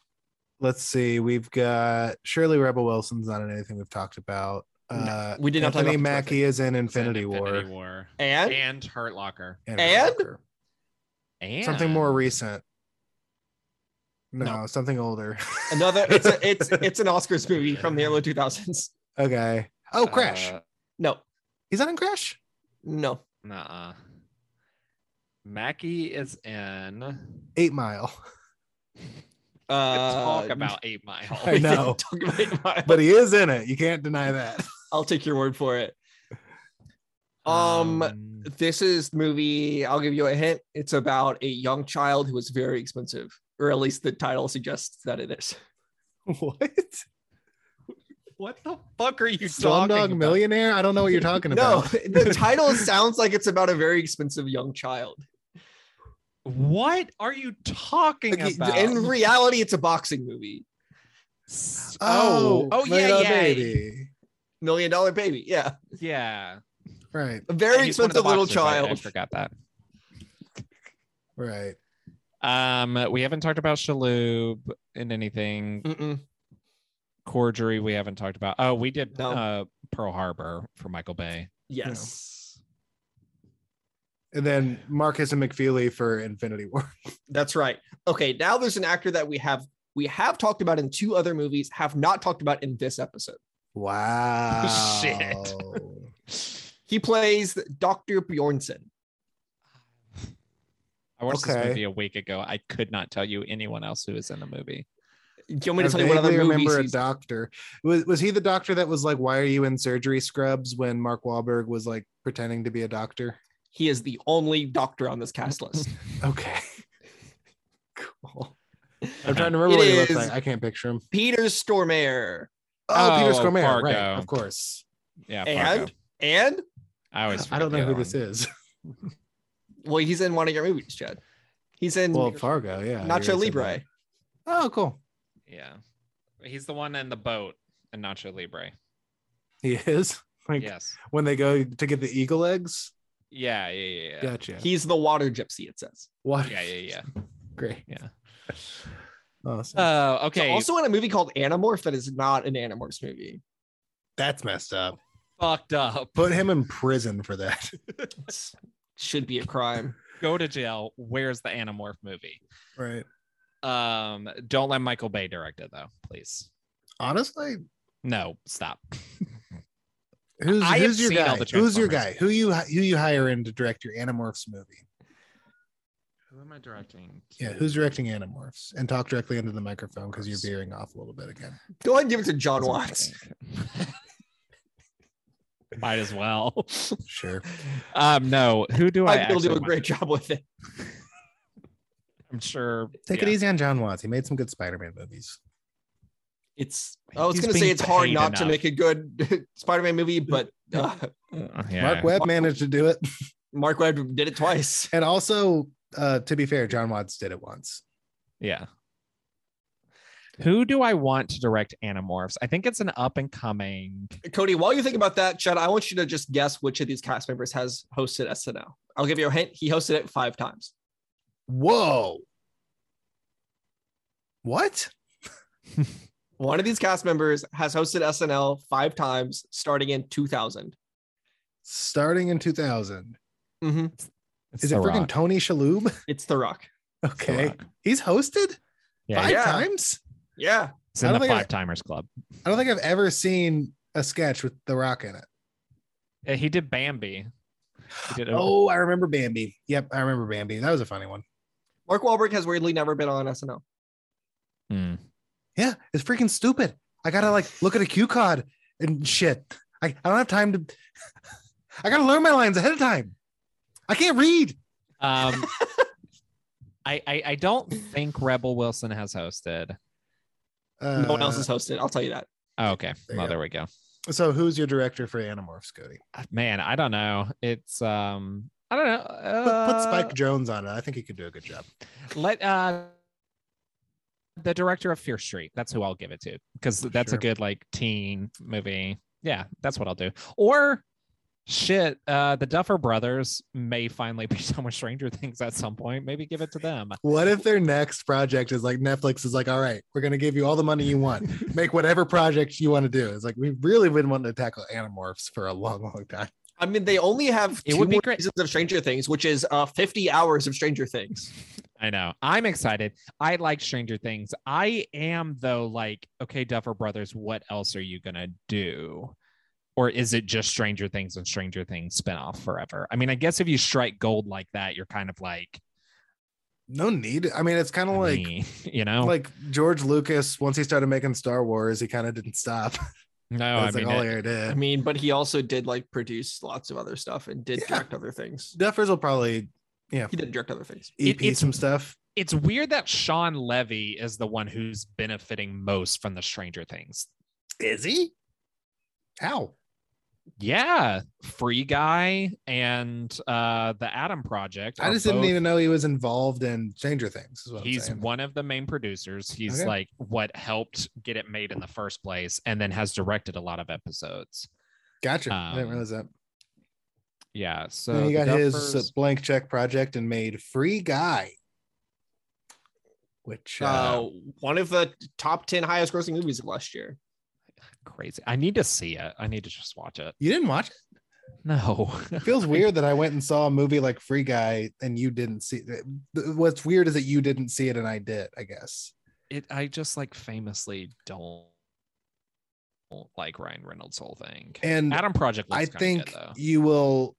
S3: Let's see. We've got Shirley Rebel Wilson's not in anything we've talked about.
S2: No,
S3: Uh,
S2: we did not talk
S3: Anthony
S2: about the
S3: Mackie is in
S1: It's in
S3: Infinity, War.
S1: War.
S2: And
S1: And Hurt Locker.
S2: And?
S3: Joker.
S1: And
S3: something more recent. No,
S2: No.
S3: something older.
S2: another. It's a, it's it's an Oscars movie from the early 2000s.
S3: okay. Oh, Crash.
S1: Uh,
S2: No,
S3: he's not in Crash.
S2: no.
S1: nuh-uh. Mackie is in.
S3: Eight Mile.
S2: Uh,
S1: talk about Eight Mile.
S3: I know.
S2: talk about it, Maya.
S3: but he is in it. You can't deny that.
S2: I'll take your word for it. Um, This is the movie. I'll give you a hint. It's about a young child who is very expensive, or at least the title suggests that it is.
S3: What?
S1: what the fuck are you talking
S3: Slumdog
S1: about?
S3: Millionaire? I don't know what you're talking
S2: No,
S3: about.
S2: the title sounds like it's about a very expensive young child.
S1: What are you talking
S3: Okay,
S1: about?
S2: In reality, it's a boxing movie.
S1: S-
S3: Oh,
S1: oh, oh yeah,
S3: Little
S1: yeah,
S3: baby.
S2: Million Dollar Baby. Yeah.
S1: yeah.
S3: Right,
S2: A
S1: And
S2: very
S1: he's one of the
S2: expensive little
S1: boxers, I- I
S2: child.
S1: forgot that.
S3: right.
S1: Um, we haven't talked about Shaloub in anything.
S2: Mm-mm.
S1: Corjury, we haven't talked about. Oh, we did
S2: No.
S1: uh, Pearl Harbor for Michael Bay.
S2: Yes.
S3: And then Marcus and McFeely for Infinity War.
S2: That's right. Okay. Now there's an actor that we have we have talked about in two other movies, have not talked about in this episode.
S3: Wow.
S1: Shit.
S2: He plays Dr. Bjornson.
S1: I watched this
S3: Okay.
S1: movie a week ago. I could not tell you anyone else who was in the movie.
S2: Do you want me
S3: I
S2: to tell you what
S3: vaguely
S2: other movies?
S3: remember a
S2: he's-
S3: doctor. Was, was he the doctor that was like, "Why are you in surgery scrubs?" When Mark Wahlberg was like pretending to be a doctor.
S2: He is the only doctor on this cast list.
S3: Okay. cool. I'm
S1: Okay.
S3: trying to remember
S2: It
S3: what he looks
S2: is-
S3: like. I can't picture him.
S2: Peter Stormare
S3: Oh, Peter
S1: Oh,
S3: Scormare, right?
S1: Fargo.
S3: Of course.
S1: Yeah,
S2: and
S1: Fargo.
S2: and
S1: I always
S3: I
S1: forget
S3: don't
S1: the
S3: know
S1: other
S3: who
S1: one.
S3: this is.
S2: well, he's in one of your movies, Chad. He's in
S3: Well, Fargo, yeah. you already
S2: Nacho
S3: said
S2: Libre.
S3: that. Oh, cool.
S1: Yeah, he's the one in the boat and Nacho Libre.
S3: He is. Like
S1: yes.
S3: when they go to get the eagle eggs.
S1: Yeah, yeah, yeah, yeah.
S3: Gotcha.
S2: He's the water gypsy, it says.
S3: What?
S1: Yeah, yeah,
S3: Great.
S1: yeah.
S3: Awesome.
S1: Oh,
S2: He's
S1: okay.
S2: also in a movie called Animorph that is not an Animorphs movie.
S3: That's messed up.
S1: fucked up.
S3: Put him in prison for that.
S2: It's- should be a crime.
S1: Go to jail. Where's the Animorph movie?
S3: right.
S1: Um, don't let Michael Bay direct it though, please.
S3: Honestly,
S1: No, stop.
S3: who's,
S1: I have
S3: who's your
S1: seen all
S3: guy?
S1: the
S3: Who's your guy?
S1: Transformers.
S3: Who you who you hire in to direct your Animorphs movie?
S1: Who am I directing?
S3: Yeah, who's directing Animorphs? And talk directly into the microphone because you're veering off a little bit again.
S2: Go ahead and give it to John Watts.
S1: Might as well.
S3: Sure.
S1: Um, no, who do I?
S2: Mike Bill do
S1: actually
S2: a
S1: want-
S2: great job with it.
S1: I'm sure.
S3: Take it easy on John Watts. He made some good Spider-Man movies.
S1: It's.
S2: I was
S1: he's
S2: going to say
S1: being
S2: it's hard
S1: paid
S2: not to
S1: enough.
S2: make a good Spider-Man movie, but uh,
S1: Uh, yeah.
S3: Mark Webb managed to do it,
S2: Mark Webb did it twice.
S3: and also, uh, to be fair, John Watts did it once.
S1: Yeah. Who do I want to direct Animorphs? I think it's an up and coming.
S2: Cody, while you think about that, Chad, I want you to just guess which of these cast members has hosted SNL. I'll give you a hint. He hosted it five times.
S3: Whoa. What?
S2: One of these cast members has hosted SNL five times starting in 2000.
S3: Starting in 2000.
S2: Mhm.
S3: Is it
S1: The
S3: freaking
S1: Rock.
S3: Tony Shalhoub?
S2: It's The Rock.
S1: It's The
S3: Okay.
S1: Rock.
S3: He's hosted
S1: Yeah,
S3: five
S2: Yeah.
S3: times.
S2: Yeah.
S1: it's in
S3: I don't
S1: the
S3: think I-
S1: Five Timers Club.
S3: I don't think I've ever seen a sketch with The Rock in it.
S1: Yeah, Uh, He did Bambi. He did a-
S3: Oh, I remember Bambi. Yep, I remember Bambi. That was a funny one.
S2: Mark Wahlberg has weirdly never been on SNL.
S1: Hmm.
S3: Yeah, it's freaking stupid. I gotta like look at a cue card and shit. I, I don't have time to. I gotta learn my lines ahead of time. I can't read.
S1: Um, I, I I don't think Rebel Wilson has hosted.
S3: Uh,
S2: no one else has hosted. I'll tell you that.
S1: Oh, okay,
S3: There you
S1: well
S3: go.
S1: there we go.
S3: Uh, So who's your director for Animorphs, Cody?
S1: Man, I don't know. It's um, I don't know.
S3: Put,
S1: Uh,
S3: put Spike Jones on it. I think he could do a good job.
S1: Let uh, the director of Fear Street. That's who I'll give it to because that's
S3: Sure.
S1: a good like teen movie. Yeah, that's what I'll do. Or shit, uh, the Duffer Brothers may finally be done with Stranger Things at some point. Maybe give it to them.
S3: What if their next project is like Netflix is like, all right, we're gonna give you all the money you want, make whatever project you want to do. It's like we've really been wanting to tackle Animorphs for a long, long time.
S2: I mean, they only have
S1: It
S2: two
S1: would be
S2: more
S1: great.
S2: seasons of Stranger Things, which is uh, 50 hours of Stranger Things.
S1: I know. I'm excited. I like Stranger Things. I am though like, okay, Duffer Brothers, what else are you going to do? Or is it just Stranger Things and Stranger Things spinoff forever? I mean, I guess if you strike gold like that, you're kind of like,
S3: No need. I mean, it's kind of like
S1: me, you know?
S3: like George Lucas. Once he started making Star Wars, he kind of didn't stop.
S1: no, Oh, I
S3: That's
S1: mean,
S3: like "Oh, all
S1: it-
S3: I
S2: I
S3: did.
S2: mean, but he also did like produce lots of other stuff and did
S3: Yeah.
S2: direct other things.
S3: Duffers will probably
S2: He did direct other things.
S1: It-
S3: EP
S1: it's-
S3: some stuff.
S1: it's weird that Sean Levy is the one who's benefiting most from the Stranger Things.
S3: Is he? How?
S1: Yeah, Free Guy and uh the Adam Project.
S3: I
S1: are
S3: just didn't
S1: both-
S3: even know he was involved in Stranger Things. Is what I'm
S1: he's
S3: saying.
S1: one of the main producers he's
S3: Okay.
S1: like what helped get it made in the first place and then has directed a lot of episodes
S3: Gotcha. I
S1: um,
S3: didn't realize that.
S1: yeah so
S3: Then he
S1: the
S3: got his uh,
S1: Duffers-
S3: blank check project and made Free Guy, which uh,
S2: Uh,
S1: Oh.
S2: one of the top 10 highest grossing movies of last year.
S1: crazy i need to see it i need to just watch it
S3: you didn't watch. It?
S1: no
S3: It feels weird that I went and saw a movie like Free Guy and you didn't see. It. What's weird is that you didn't see it and I did. I guess.
S1: it i just like famously don't don't like ryan reynolds whole thing
S3: And
S1: adam project looks
S3: I
S1: kinda
S3: think
S1: good, though.
S3: you will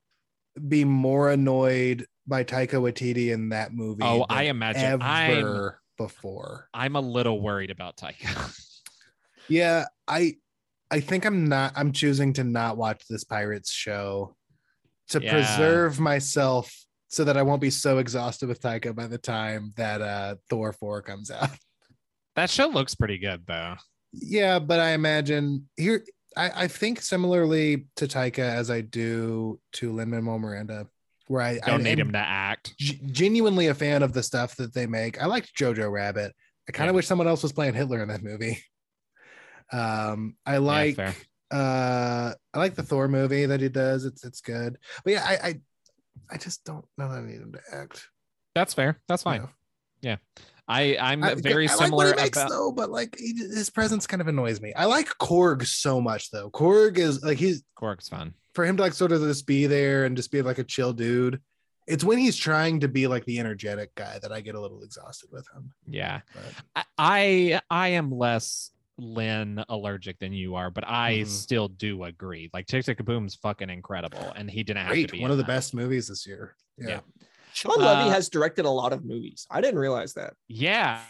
S3: be more annoyed by Taika Waititi in that movie.
S1: oh i
S3: than
S1: imagine i'm
S3: ever before.
S1: i'm a little worried about taika
S3: Yeah, I I think I'm not I'm choosing to not watch this pirates show to
S1: Yeah.
S3: preserve myself so that I won't be so exhausted with Taika by the time that uh Thor 4 comes out.
S1: that show looks pretty good though
S3: Yeah, but I imagine here I, I think similarly to Taika as I do to Lin Manuel Miranda, where I
S1: don't
S3: I,
S1: need
S3: am
S1: him to act
S3: g- genuinely a fan of the stuff that they make. I liked Jojo Rabbit. I kind of
S1: Yeah.
S3: wish someone else was playing Hitler in that movie. Um, I
S1: Yeah,
S3: like
S1: fair.
S3: uh I like the Thor movie that he does. It's it's good. But yeah, I I, I just don't know that I need him to act.
S1: that's fair that's fine
S3: You know?
S1: I I'm
S3: I-
S1: very
S3: I like
S1: similar
S3: what he makes,
S1: about
S3: though, but like he, his presence kind of annoys me. I like Korg so much though. Korg is like he's
S1: Cork's fun.
S3: for him to like sort of just be there and just be like a chill dude. It's when he's trying to be like the energetic guy that I get a little exhausted with him.
S1: Yeah.
S3: But-
S1: I I, I am less Lynn allergic than you are, but I
S3: Mhm.
S1: still do agree. Like Tick Tick Boom's fucking incredible, and he didn't have to
S3: Great,
S1: be
S3: one
S1: in
S3: of the
S1: that.
S3: best movies this year. Yeah,
S1: Yeah.
S2: Sean Levy
S1: Uh,
S2: has directed a lot of movies. I didn't realize that.
S1: Yeah.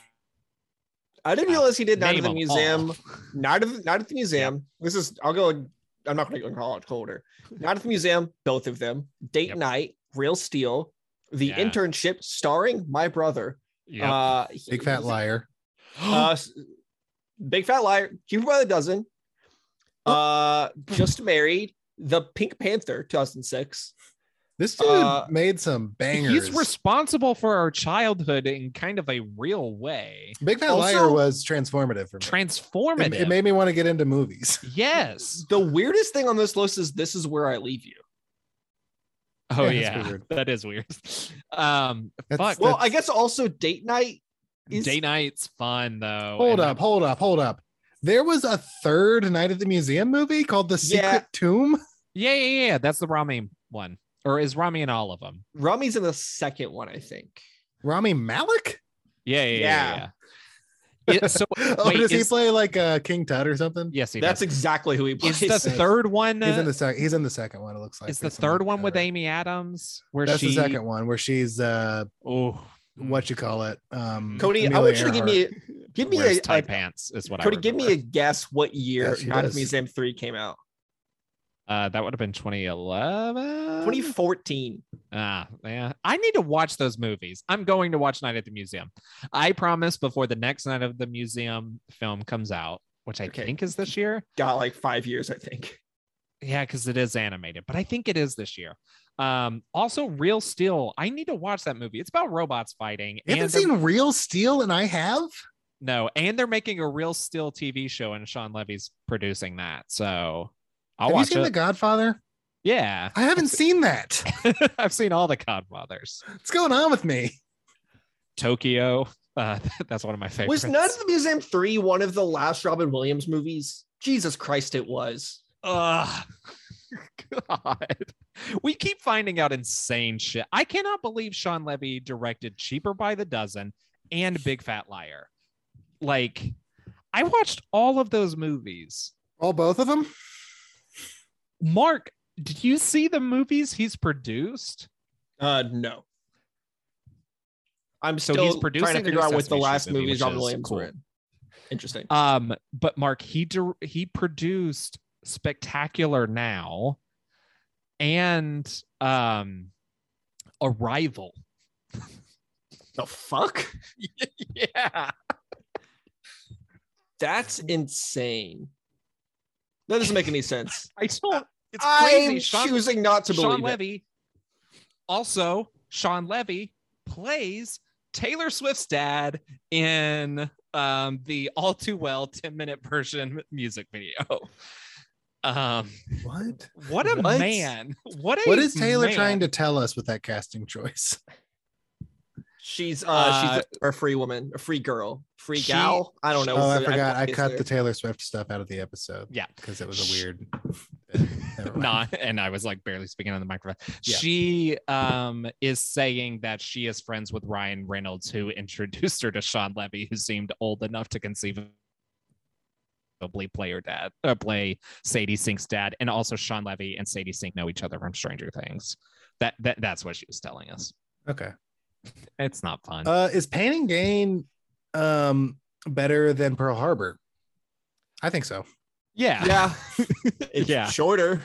S2: I didn't realize he did Night
S1: Name
S2: at the
S1: 'em
S2: Museum.
S1: all.
S2: Night of Night at the Museum. This is I'll go I'm not going to go chronological order. Not at the museum, both of them. Date
S1: Yep.
S2: night, Real Steel, the
S1: Yeah.
S2: internship starring my brother.
S1: Yeah.
S2: Uh,
S3: Big fat
S2: he-
S3: liar.
S2: uh, s- big fat liar, Cuba by the dozen. Uh, just married. The Pink Panther, 2006.
S3: This dude
S2: Uh,
S3: made some bangers.
S1: He's responsible for our childhood in kind of a real way.
S3: Big Fat
S2: Also-
S3: Liar was transformative for me.
S1: Transformative.
S3: It- it made me want to get into movies.
S1: yes.
S2: The weirdest thing on this list is "This is where I leave you."
S1: Oh
S3: Yeah,
S1: yeah,
S3: that's weird.
S1: that is weird. Um,
S3: That's-
S1: fuck.
S2: Well, I
S3: That's-
S2: guess also date night. is-
S1: Day night's fun though.
S3: Hold
S1: and
S3: up, hold up, hold up. There was a third Night at the Museum movie called The Secret
S2: Yeah.
S3: Tomb.
S1: Yeah, yeah, yeah. That's the Rami one, or is Rami in all of them?
S2: Rummy's in the second one, I think.
S3: Rami Malik?
S1: Yeah, yeah, yeah. yeah, yeah. It- so
S3: Oh,
S1: Wait,
S3: does he
S1: is-
S3: play like uh, King Tut or something?
S1: yes, he
S2: That's
S1: does.
S2: exactly who he plays.
S1: is the
S3: sense.
S1: third one.
S3: He's in
S1: uh,
S3: the second. He's in the second one. It looks like
S1: is the
S3: or something
S1: third
S3: like
S1: one
S3: that,
S1: with
S3: right?
S1: Amy Adams? Where
S3: That's
S1: she?
S3: the second one where she's uh,
S1: Oh,
S3: what you call it? Um,
S2: Cody, I
S3: Amelia
S2: want you to give me give me
S1: Wears
S2: a,
S1: tight
S2: a-
S1: pants is what
S2: Cody.
S1: I
S2: Give me a
S1: remember.
S2: guess what year
S3: Yes, she
S2: Not
S3: does.
S2: Museum Three came out?
S1: Uh, that would have been 2011.
S2: 2014.
S1: Ah, yeah. I need to watch those movies. I'm going to watch Night at the Museum. I promise before the next Night of the Museum film comes out, which I
S2: Okay.
S1: think is this year.
S2: Got like five years, I think.
S1: Yeah, because it is animated, but I think it is this year. Um, also, Real Steel. I need to watch that movie. It's about robots fighting.
S3: You haven't
S1: they're-
S3: seen Real Steel, and I have.
S1: no, and they're making a Real Steel TV show, and Sean Levy's producing that. So I'll
S3: have you
S1: watch
S3: seen
S1: it.
S3: The Godfather?
S1: yeah,
S3: I haven't seen that.
S1: I've seen all the Godfathers.
S3: What's going on with me?
S1: Tokyo. Uh, that's one of my favorites.
S2: Was Not at the Museum Three one of the last Robin Williams movies? Jesus Christ, it was.
S1: Ugh. God. We keep finding out insane shit. I cannot believe Sean Levy directed Cheaper by the Dozen and Big Fat Liar. Like, I watched all of those movies.
S3: All both of them?
S1: Mark, did you see the movies he's produced?
S2: Uh, no. I'm
S1: So
S2: still
S1: he's
S2: trying
S1: producing
S2: to
S1: the
S2: figure
S1: new
S2: out what
S1: Sesame
S2: the
S1: Street
S2: last
S1: movie,
S2: movies
S1: which
S2: Robin
S1: is
S2: Williams
S1: cool.
S2: were in. Interesting.
S1: Um, but Mark, he dir- he produced Spectacular Now and um Arrival.
S2: the fuck?
S1: Yeah.
S2: That's insane. That doesn't make any sense.
S1: I don't. It's
S2: I'm
S1: crazy. Sean,
S2: choosing not to
S1: Sean
S2: believe it.
S1: Levy. Also, Sean Levy plays Taylor Swift's dad in um, the All Too Well 10 minute version music video. Um,
S3: What?
S1: what a
S2: What?
S1: man. What, a
S3: What is Taylor
S1: man.
S3: trying to tell us with that casting choice?
S2: She's uh, she's a, a free woman, a free girl, free
S1: She-
S2: gal. I don't know.
S3: Oh,
S2: what
S3: I
S2: the-
S3: forgot. I
S2: is
S3: cut
S2: there.
S3: the Taylor Swift stuff out of the episode.
S1: Yeah.
S3: because it
S1: Sh-
S3: was a weird. Never mind.
S1: Nah, and I was like barely speaking on the microphone.
S3: Yeah.
S1: She um is saying that she is friends with Ryan Reynolds, who introduced her to Sean Levy, who seemed old enough to conceivably play her dad, uh, play Sadie Sink's dad, and also Sean Levy and Sadie Sink know each other from Stranger Things. That that that's what she was telling us.
S3: Okay.
S1: It's not fun.
S3: Uh, is Pain and Gain um better than Pearl Harbor? I think so.
S1: yeah,
S2: Yeah, it's
S1: Yeah.
S2: shorter.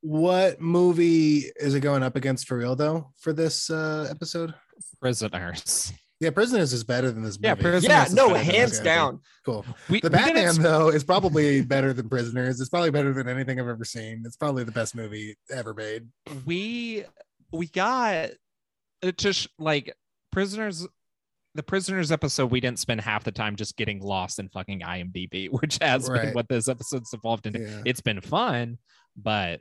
S3: What movie is it going up against for real though for this uh episode?
S1: prisoners.
S3: Yeah, Prisoners is better than this movie.
S1: Yeah, Prisoners
S2: Yeah,
S1: is
S2: no,
S1: better than
S2: hands
S3: this
S2: down.
S3: Cool.
S1: We,
S3: The
S1: we didn't
S3: Batman though is probably better than Prisoners. It's probably better than anything I've ever seen. It's probably the best movie ever made.
S1: we we got it just like prisoners the prisoners episode we didn't spend half the time just getting lost in fucking imdb which has been
S3: Right.
S1: what this episode's evolved into
S3: Yeah.
S1: it's been fun but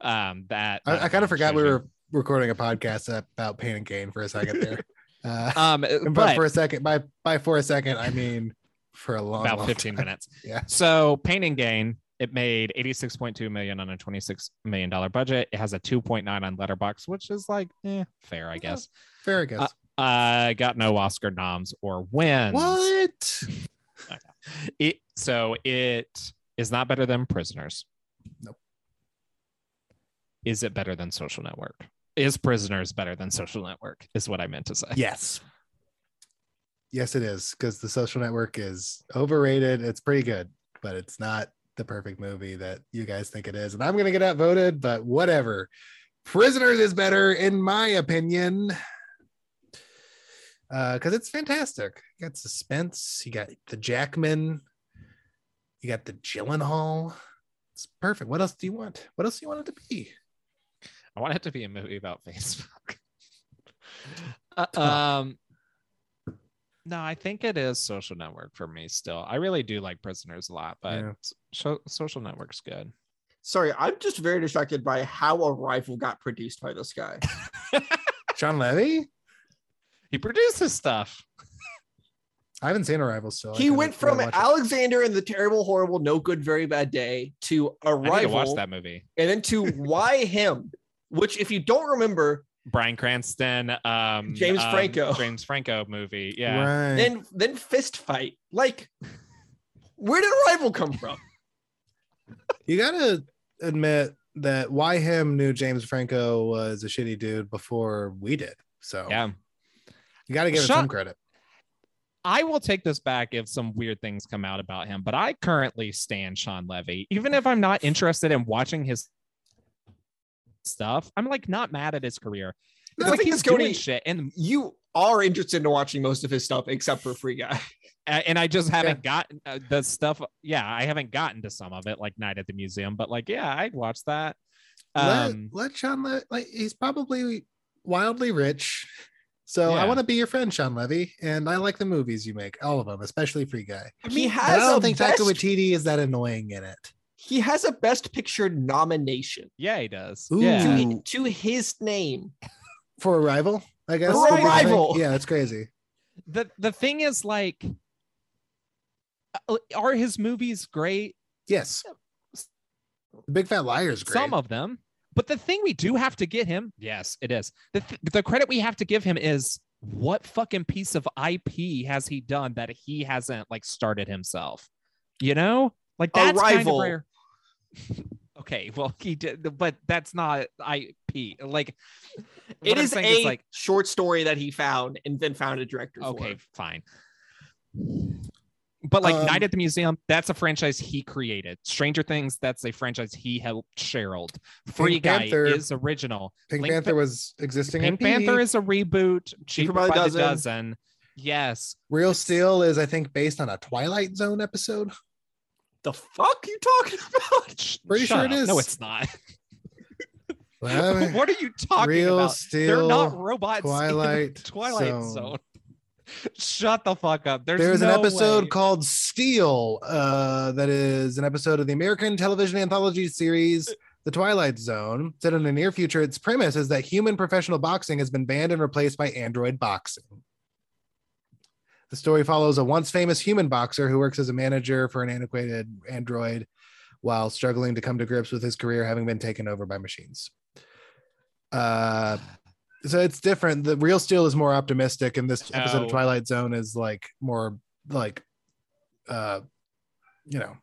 S1: um that
S3: I, I kind of forgot we
S1: should've
S3: were recording a podcast about Pain and Gain for a second there. Uh,
S1: been- um
S3: but,
S1: but
S3: for a second, by by for a second, I mean for a long,
S1: about
S3: long
S1: 15
S3: time.
S1: minutes
S3: Yeah.
S1: so pain and gain it made 86.2 million on a 26 million dollar budget it has a 2.9 on letterbox which is like eh, fair i guess
S3: Fair, I guess.
S1: uh got no oscar noms or wins
S3: what?
S1: It so it is not better than Prisoners.
S3: Nope.
S1: Is it better than Social Network? Is Prisoners better than Social Network? Is what I meant to say.
S3: Yes. Yes, it is because the social network is overrated. It's pretty good, but it's not. the perfect movie that you guys think it is. And I'm going to get outvoted, but whatever. Prisoners is better, in my opinion, because it's fantastic. You got suspense, you got the Jackman, you got the Gyllenhaal. It's perfect. What else do you want? What else do you want it to be?
S1: I want it to be a movie about Facebook. uh, um, no, I think it is Social Network for me still. I really do like Prisoners a lot, but
S3: Yeah.
S1: so- Social Network's good.
S2: Sorry, I'm just very distracted by how Arrival got produced by this guy.
S3: John Levy?
S1: He produces stuff.
S3: I haven't seen Arrival still. I
S2: he
S3: gotta-
S2: went
S3: gotta
S2: from
S3: watch it.
S2: Alexander and the Terrible, Horrible, No Good, Very Bad Day to
S1: I need to watch
S2: Arrival,
S1: that movie.
S2: and then to Why Him, which, if you don't remember,
S1: Brian Cranston, um,
S2: James
S1: um,
S2: Franco.
S1: James Franco movie. Yeah.
S3: Right.
S2: then then fist fight. Like, where did Arrival come from?
S3: you gotta admit that why him knew James Franco was a shitty dude before we did. So
S1: Yeah.
S3: you gotta give him
S1: Shut-
S3: some credit.
S1: I will take this back if some weird things come out about him, but I currently stand Sean Levy. Even if I'm not interested in watching his stuff, I'm like not mad at his career. It's
S2: The
S1: like
S2: thing
S1: he's
S2: is, Cody,
S1: doing shit, and
S2: You are interested in watching most of his stuff except for Free Guy.
S1: uh, and I just haven't gotten uh, the stuff. Yeah, I haven't gotten to some of it, like Night at the Museum. But like, yeah, I'd watch that. Um,
S3: let, let Sean Le- like he's probably wildly rich. So I
S1: Yeah.
S3: want to be your friend, Sean Levy, and I like the movies you make, all of them, especially Free Guy.
S2: he
S3: But I
S2: has a
S3: don't think
S2: best,
S3: Taika Waititi is that annoying in it.
S2: he has a Best Picture nomination
S1: yeah, he does.
S3: Ooh.
S1: yeah,
S2: to, hi- to his name.
S3: For Arrival, I guess.
S2: For
S3: would be the thing.
S2: Arrival!
S3: yeah, that's crazy.
S1: the the thing is like, uh, are his movies great?
S3: Yes, the Big Fat Liar is great.
S1: some of them. But the thing we do have to get him, yes, it is. The, th- the credit we have to give him is what fucking piece of IP has he done that he hasn't like started himself? You know, like that's kind of
S2: Arrival.
S1: rare. okay, well he did, but that's not IP. Like what
S2: It
S1: I'm
S2: is
S1: saying
S2: a
S1: like
S2: short story that he found and then found a director.
S1: okay,
S2: for.
S1: fine. But like
S3: Um,
S1: Night at the Museum, that's a franchise he created. Stranger Things, that's a franchise he helped Sherald. Free Guy
S3: Panther-
S1: is original.
S3: Pink
S1: Link-
S3: Panther was existing.
S1: Pink
S3: IP.
S1: Panther is a reboot. Cheaper by
S2: by the
S1: the
S2: Dozen.
S1: dozen. Yes.
S3: Real Steel is, I think, based on a Twilight Zone episode.
S2: The fuck you talking about?
S1: Sh-
S3: Pretty
S1: shut
S3: sure it
S1: up.
S3: is.
S1: No, it's not.
S3: Well,
S1: what are you talking
S3: Real
S1: about?
S3: Steel.
S1: They're not robots.
S3: Twilight
S1: in Twilight
S3: Zone.
S1: Zone. Shut the fuck up. There's,
S3: There's an
S1: no
S3: episode
S1: way.
S3: called Steel. Uh, that is an episode of the American television anthology series. The Twilight Zone, said in the near future, its premise is that human professional boxing has been banned and replaced by android boxing. The story follows a once famous human boxer who works as a manager for an antiquated android while struggling to come to grips with his career having been taken over by machines. Uh, so it's different. The Real Steel is more optimistic, and this episode
S1: Oh.
S3: of Twilight Zone is like more like, uh, you know,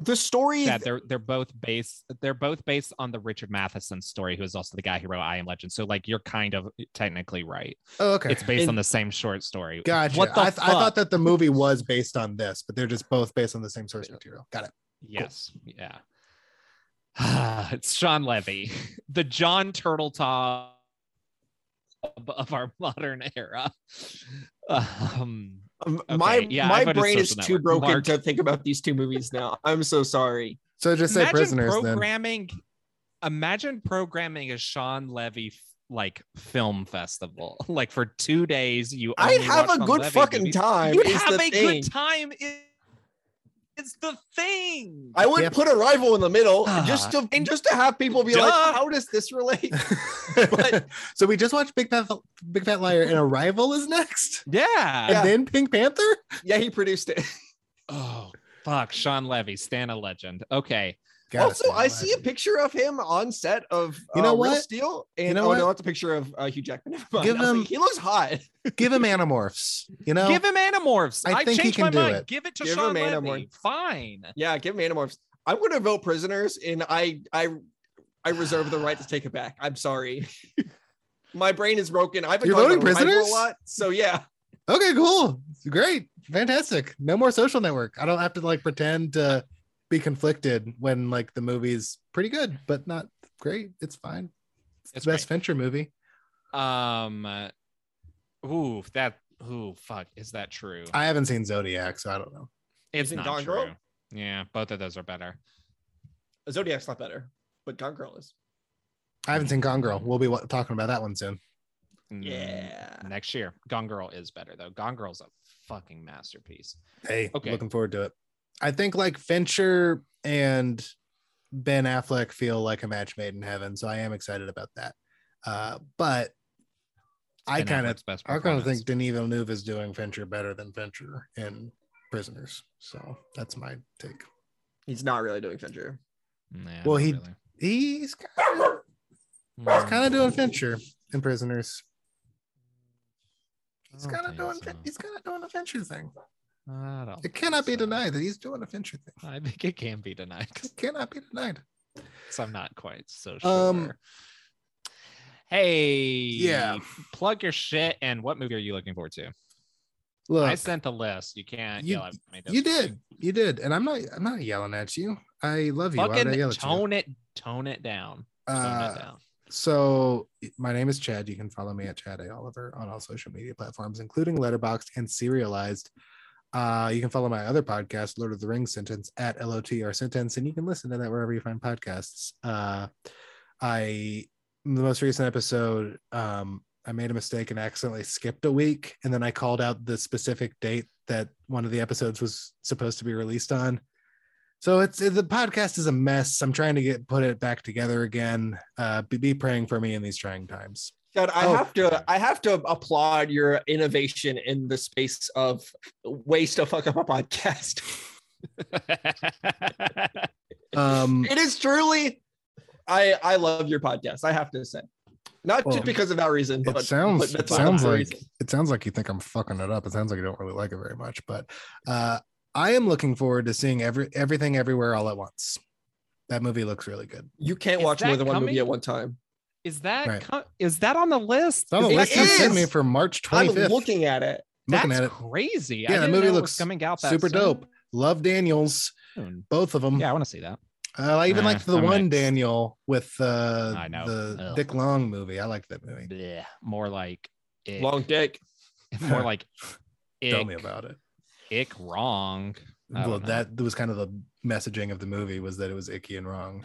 S2: The story
S1: Yeah, they're they're both based they're both based on the Richard Matheson story, who is also the guy who wrote I Am Legend. So like you're kind of technically right.
S3: oh, okay.
S1: It's based
S2: And-
S1: on the same short story.
S3: Gotcha.
S1: What the
S3: I, th- I
S1: fuck?
S3: thought that the movie was based on this, but they're just both based on the same source material. Got it.
S1: Yes. Yeah. it's Sean Levy, the John Turtletop of our modern era. Um,
S2: Um,
S1: Okay,
S2: my
S1: yeah, I
S2: my
S1: voted
S2: brain is
S1: Social
S2: too
S1: Network.
S2: broken
S1: Mark.
S2: to think about these two movies now. I'm so sorry.
S3: So just say
S1: imagine
S3: prisoners then.
S1: programming. Imagine programming a Sean Levy f- like film festival, like for two days. You
S2: I'd
S1: only
S2: have
S1: watch
S2: a
S1: Sean
S2: good
S1: Levy
S2: fucking
S1: movies.
S2: time.
S1: You'd
S2: is
S1: have
S2: the
S1: a
S2: thing.
S1: good time. It- it's the thing.
S2: I would
S3: Yeah.
S2: put a rival in the middle
S1: Ah,
S2: just to just to have people be like,
S1: duh.
S2: how does this relate?
S3: But- so we just watched Big Fat Big Fat Liar and Arrival is next,
S1: yeah.
S3: and then Pink Panther.
S2: yeah, he produced it.
S1: Oh fuck, Sean Levy, Stan a legend. Okay.
S3: Gotta
S2: also,
S3: say,
S2: I see a picture of him on set of
S3: You know
S2: uh, Real
S3: what?
S2: Steel, and
S3: know
S2: oh
S3: what?
S2: no, that's a picture of uh, Hugh Jackman. Never mind.
S3: Give
S2: I was like,
S3: him-
S2: he looks hot.
S3: give him Animorphs. You know,
S1: Give him Animorphs.
S3: I
S1: I,
S3: think he
S1: changed
S3: can
S1: my
S3: do
S1: mind.
S3: it.
S1: Give it to
S2: Give
S1: Sean
S2: him
S1: Levy.
S2: Animorphs.
S1: Fine.
S2: Yeah, give him Animorphs. I'm going to vote Prisoners, and I I I reserve the right to take it back. I'm sorry. My brain is broken. I've been
S3: You're
S2: talking
S3: voting
S2: about Arrival
S3: Prisoners?
S2: a lot, so yeah.
S3: okay, cool, great, fantastic. No more social network. I don't have to like pretend to be conflicted when like the movie's pretty good but not great. It's fine. It's,
S1: It's
S3: the best Fincher movie.
S1: Um, uh, ooh, that ooh, fuck, is that true?
S3: I haven't seen Zodiac, so I don't know.
S1: it's
S2: Isn't
S1: not
S2: Gone
S1: true.
S2: Girl?
S1: Yeah, both of those are better.
S2: Zodiac's not better, but Gone Girl is.
S3: I haven't seen Gone Girl. We'll be wa- talking about that one soon. Hmm.
S1: Mm,
S2: Yeah.
S1: next year, Gone Girl is better though. Gone Girl's a fucking masterpiece.
S3: Hey,
S1: Okay.
S3: looking forward to it. I think like Fincher and Ben Affleck feel like a match made in heaven, so I am excited about that. Uh, but I
S1: Ben
S3: kind of
S1: Affleck's best.
S3: I kind of
S1: performance.
S3: think Denis Villeneuve is doing Fincher better than Fincher in Prisoners. So that's my take.
S2: He's not really doing Fincher.
S1: Nah,
S3: well,
S1: not
S3: he-
S1: really.
S3: He's
S1: Mm,
S3: kind of doing Fincher in Prisoners. He's
S1: I don't
S3: kind of
S1: think
S3: doing
S1: so.
S3: Fin- he's kind of doing a Fincher thing.
S1: I don't
S3: It cannot be
S1: think so.
S3: denied that he's doing a Fincher thing.
S1: I think it can be denied.
S3: It cannot be denied.
S1: So I'm not quite so sure.
S3: Um,
S1: hey,
S3: yeah.
S1: plug your shit. And what movie are you looking forward to?
S3: Look,
S1: I sent the list. You can't
S3: you-
S1: yell at me.
S3: you did, you did, and I'm not, I'm not yelling at you. I love you. Why would I
S1: Fucking
S3: yell at you?
S1: tone it, tone it down. Tone
S3: Uh,
S1: it down.
S3: So my name is Chad. You can follow me at Chad A. Oliver on all social media platforms, including Letterboxd and Serialized. Uh, you can follow my other podcast, Lord of the Rings Sentence, at LOTR Sentence, and you can listen to that wherever you find podcasts. Uh, I in the most recent episode, um, I made a mistake and accidentally skipped a week, and then I called out the specific date that one of the episodes was supposed to be released on. So it's the podcast is a mess. I'm trying to get put it back together again. Uh, be, be praying for me in these trying times.
S2: God, I
S3: Oh.
S2: have to I have to applaud your innovation in the space of ways to fuck up a podcast.
S3: Um,
S2: it is truly I I love your podcast, I have to say. Not
S3: Well,
S2: just because of that reason, but
S3: it sounds
S2: but
S3: it
S2: that's one of
S3: sounds
S2: the
S3: like
S2: reasons.
S3: it sounds like you think I'm fucking it up. It sounds like you don't really like it very much. But uh, I am looking forward to seeing every everything everywhere all at once. That movie looks really good.
S2: you can't
S1: Is
S2: watch more
S1: that
S2: than one
S1: coming?
S2: movie at one time.
S1: is that
S3: Right.
S1: co- is that on the list?
S3: It's on the
S2: It
S3: list you sent me
S2: is!
S3: for March
S2: I'm
S3: 25th. looking,
S2: looking at it.
S1: That's
S3: at it.
S1: crazy.
S3: Yeah,
S1: I
S3: the
S1: didn't
S3: movie
S1: know it was
S3: looks
S1: coming out that
S3: super dope. Mm. Love Daniels,
S1: soon.
S3: both of them.
S1: Yeah, I want to see that.
S3: Uh, I even
S1: Eh,
S3: liked the
S1: I'm
S3: one
S1: mixed.
S3: Daniel with uh,
S1: I know.
S3: the
S1: Ugh.
S3: Dick Long movie. I liked that movie.
S1: Bleh. More like ick.
S2: Long dick.
S1: more like
S3: Tell me
S1: ick,
S3: about it.
S1: ick wrong. I don't
S3: Well,
S1: know.
S3: that was kind of the messaging of the movie was that it was icky and wrong.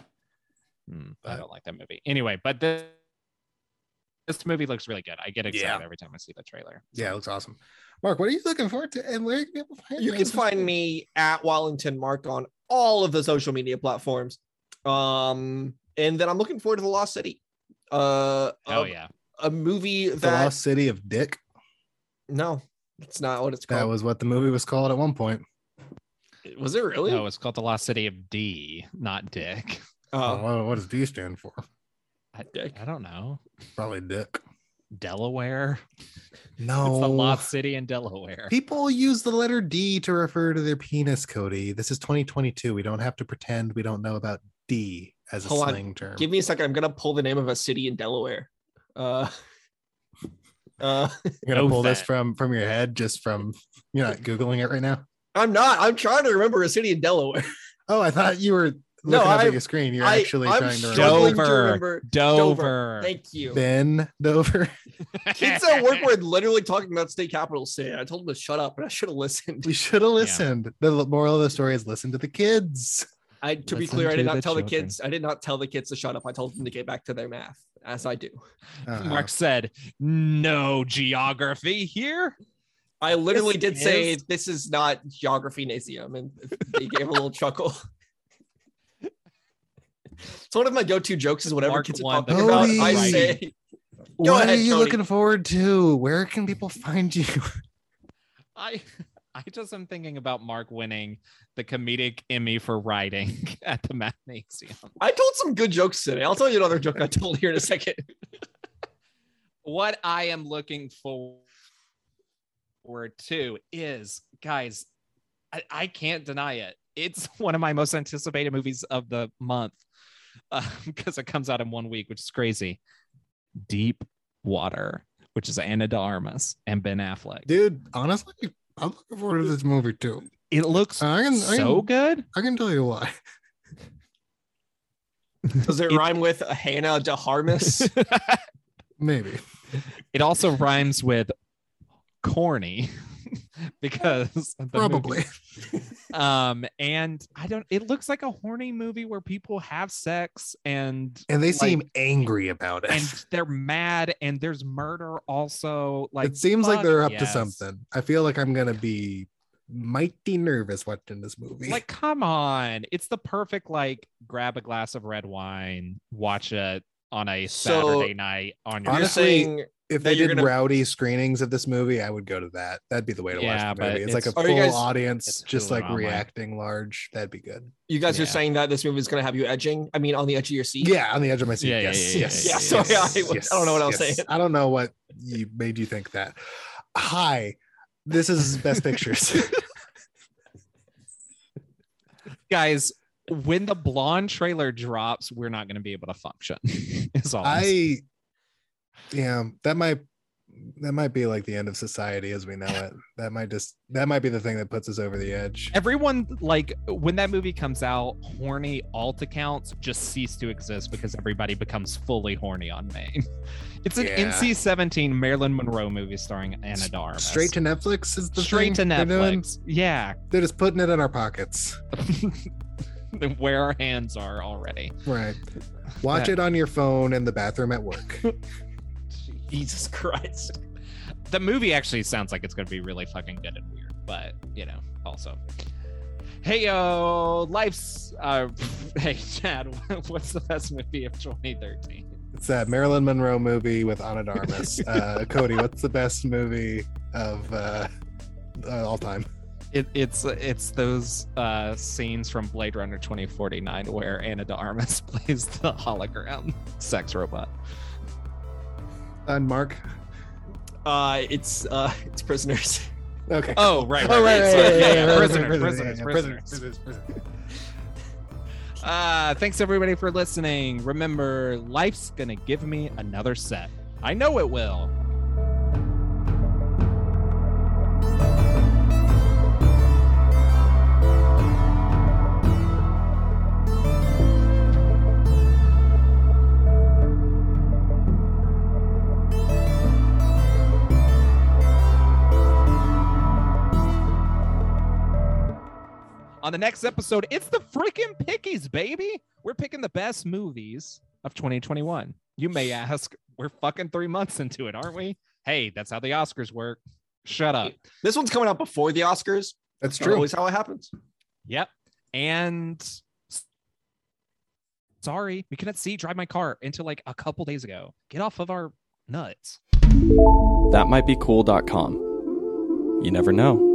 S1: Hmm, I
S3: But-
S1: don't like that movie. Anyway, but this this movie looks really good. I get excited
S3: Yeah.
S1: every time I see the trailer.
S3: Yeah, it looks awesome. Mark, what are you looking forward to? And where can people find
S2: You can
S3: This
S2: find
S3: week?
S2: me at Wallington Mark on all of the social media platforms. Um, and then I'm looking forward to The Lost City. Uh,
S1: Oh
S2: a-
S1: yeah,
S2: a movie
S3: The
S2: that
S3: Lost City of Dick.
S2: no, it's not what it's
S3: That
S2: called.
S3: was what the movie was called at one point.
S2: Was, it really?
S1: no, it's called the Lost City of D, not Dick.
S2: Oh,
S3: Oh, what does D stand for?
S1: I,
S2: Dick.
S1: I don't know.
S3: Probably Dick.
S1: Delaware.
S3: No,
S1: It's the Lost City in Delaware.
S3: People use the letter D to refer to their penis, Cody. This is 2022. We don't have to pretend we don't know about D as a
S2: Hold on.
S3: slang term.
S2: give me a second. I'm gonna pull the name of a city in Delaware. Uh, uh,
S3: You're gonna
S1: no
S3: pull this
S1: fat.
S3: from from your head, just from you're not googling it right now.
S2: I'm not. I'm trying to remember a city in Delaware.
S3: Oh, I thought you were
S2: No,
S3: looking up
S2: I-
S3: at your screen. You're
S2: I,
S3: actually
S2: I'm
S3: trying to
S2: struggling
S3: remember.
S2: to
S1: Dover. Dover.
S2: remember. Thank you.
S3: Ben Dover.
S2: Kids at work were literally talking about state capitals today. I told them to shut up, but I should have listened.
S3: We should have listened. The moral of the story is listen to the kids.
S2: I to be
S1: Listen
S2: clear, I
S1: to
S2: did
S1: the
S2: not tell the
S1: children.
S2: kids. I did not tell the kids to shut up. I told them to get back to their math, as I do.
S3: Uh,
S1: Mark said, "No geography here."
S2: I literally
S1: Yes,
S2: did
S1: it
S2: say
S1: is.
S2: this is not geography nasium, and they gave a little chuckle. It's one of my go-to jokes. Is whatever
S1: Mark
S2: kids are
S1: won
S2: talking
S3: the
S2: about, I
S3: Cody.
S2: say. Go
S3: what
S2: ahead,
S3: are you
S2: Cody.
S3: looking forward to? Where can people find you?
S1: I I just am thinking about Mark winning the comedic Emmy for writing at the Mathnasium.
S2: I told some good jokes today. I'll tell you another joke I told here in a second.
S1: What I am looking forward to is, guys, I, I can't deny it. It's one of my most anticipated movies of the month because it comes out in one week, which is crazy. Deep Water, which is Anna de Armas and Ben Affleck.
S3: Dude, honestly, I'm looking forward to this movie too.
S1: It looks
S3: I can, I,
S1: so
S3: can,
S1: good.
S3: I can tell you why.
S2: Does it
S1: It-
S2: rhyme with Hannah DeHarmus?
S3: Maybe.
S1: It also rhymes with corny because the
S3: Probably.
S1: movie- Um, and I don't. It looks like a horny movie where people have sex and
S3: And they
S1: Like-
S3: seem angry about it.
S1: and they're mad and there's murder also. Like
S3: it seems like
S1: fuck
S3: they're up to
S1: yes.
S3: something. I feel like I'm gonna be mighty nervous watching this movie.
S1: Like come on, it's the perfect like grab a glass of red wine, watch it on a
S2: So-
S1: Saturday night on your
S2: You're
S3: Honestly,
S2: saying,
S3: if
S2: that
S3: they
S2: you're
S3: did
S2: gonna-
S3: rowdy screenings of this movie, I would go to that. That'd be the way to
S1: Yeah,
S3: watch the
S1: but
S3: movie. It's, like a
S1: it's-
S2: Are you
S3: full
S2: guys-
S1: it's
S3: audience, just like
S1: Hulu-rama.
S3: reacting large. That'd be good.
S2: you guys
S1: yeah.
S2: are saying that this movie is going to have you edging. I mean, on the edge of your seat.
S3: Yeah, on the edge of my seat.
S1: Yeah, yeah,
S3: yes,
S1: yeah,
S3: yes,
S1: yeah, yeah,
S3: yes,
S1: yeah.
S3: yes,
S2: Sorry, I-
S3: yes,
S2: I don't know what I was
S3: yes.
S2: saying.
S3: I don't know what you made you think that. Hi, this is Best Pictures.
S1: guys. When the blonde trailer drops, we're not going to be able to function. is all I'm
S3: I, yeah, that might that might be like the end of society as we know it. That might just that might be the thing that puts us over the edge.
S1: everyone like when that movie comes out horny alt accounts just cease to exist because everybody becomes fully horny on maine it's an
S3: Yeah.
S1: nc-17 marilyn monroe movie starring anna darmus
S3: Straight to Netflix is the
S1: straight to
S3: thing they're doing?
S1: netflix yeah
S3: They're just putting it in our pockets.
S1: where our hands are already
S3: Right. Watch
S1: That-
S3: it on your phone in the bathroom at work.
S2: Jesus Christ.
S1: the movie actually sounds like it's going to be really fucking good and weird but you know also hey yo life's uh hey chad what's the best movie of 2013
S3: It's that Marilyn Monroe movie with Anna Darmus. Uh, Cody, what's the best movie of uh, uh, all time?
S1: It, it's it's those uh, scenes from Blade Runner 2049 where Anna de Armas plays the hologram sex robot.
S3: And Mark.
S2: Uh, it's uh, it's prisoners.
S3: Okay.
S1: Oh right,
S3: Oh, right, right,
S1: sorry.
S3: right,
S1: yeah, yeah,
S3: right, right, right,
S1: prisoner,
S3: right, right,
S1: prisoner,
S3: yeah, yeah,
S1: prisoner.
S3: prisoners, prisoners.
S1: Uh, thanks everybody for listening. Remember, life's gonna give me another set. I know it will. On the next episode, it's the freaking pickies, baby. We're picking the best movies of 2021. You may ask, we're fucking three months into it, aren't we? Hey, that's how the Oscars work. Shut up.
S2: This one's coming out before the Oscars. That's
S3: That's true.
S2: always how it happens.
S1: Yep. And s- sorry, we couldn't see drive my car until like a couple days ago. Get off of our nuts.
S4: That might be cool.com. You never know.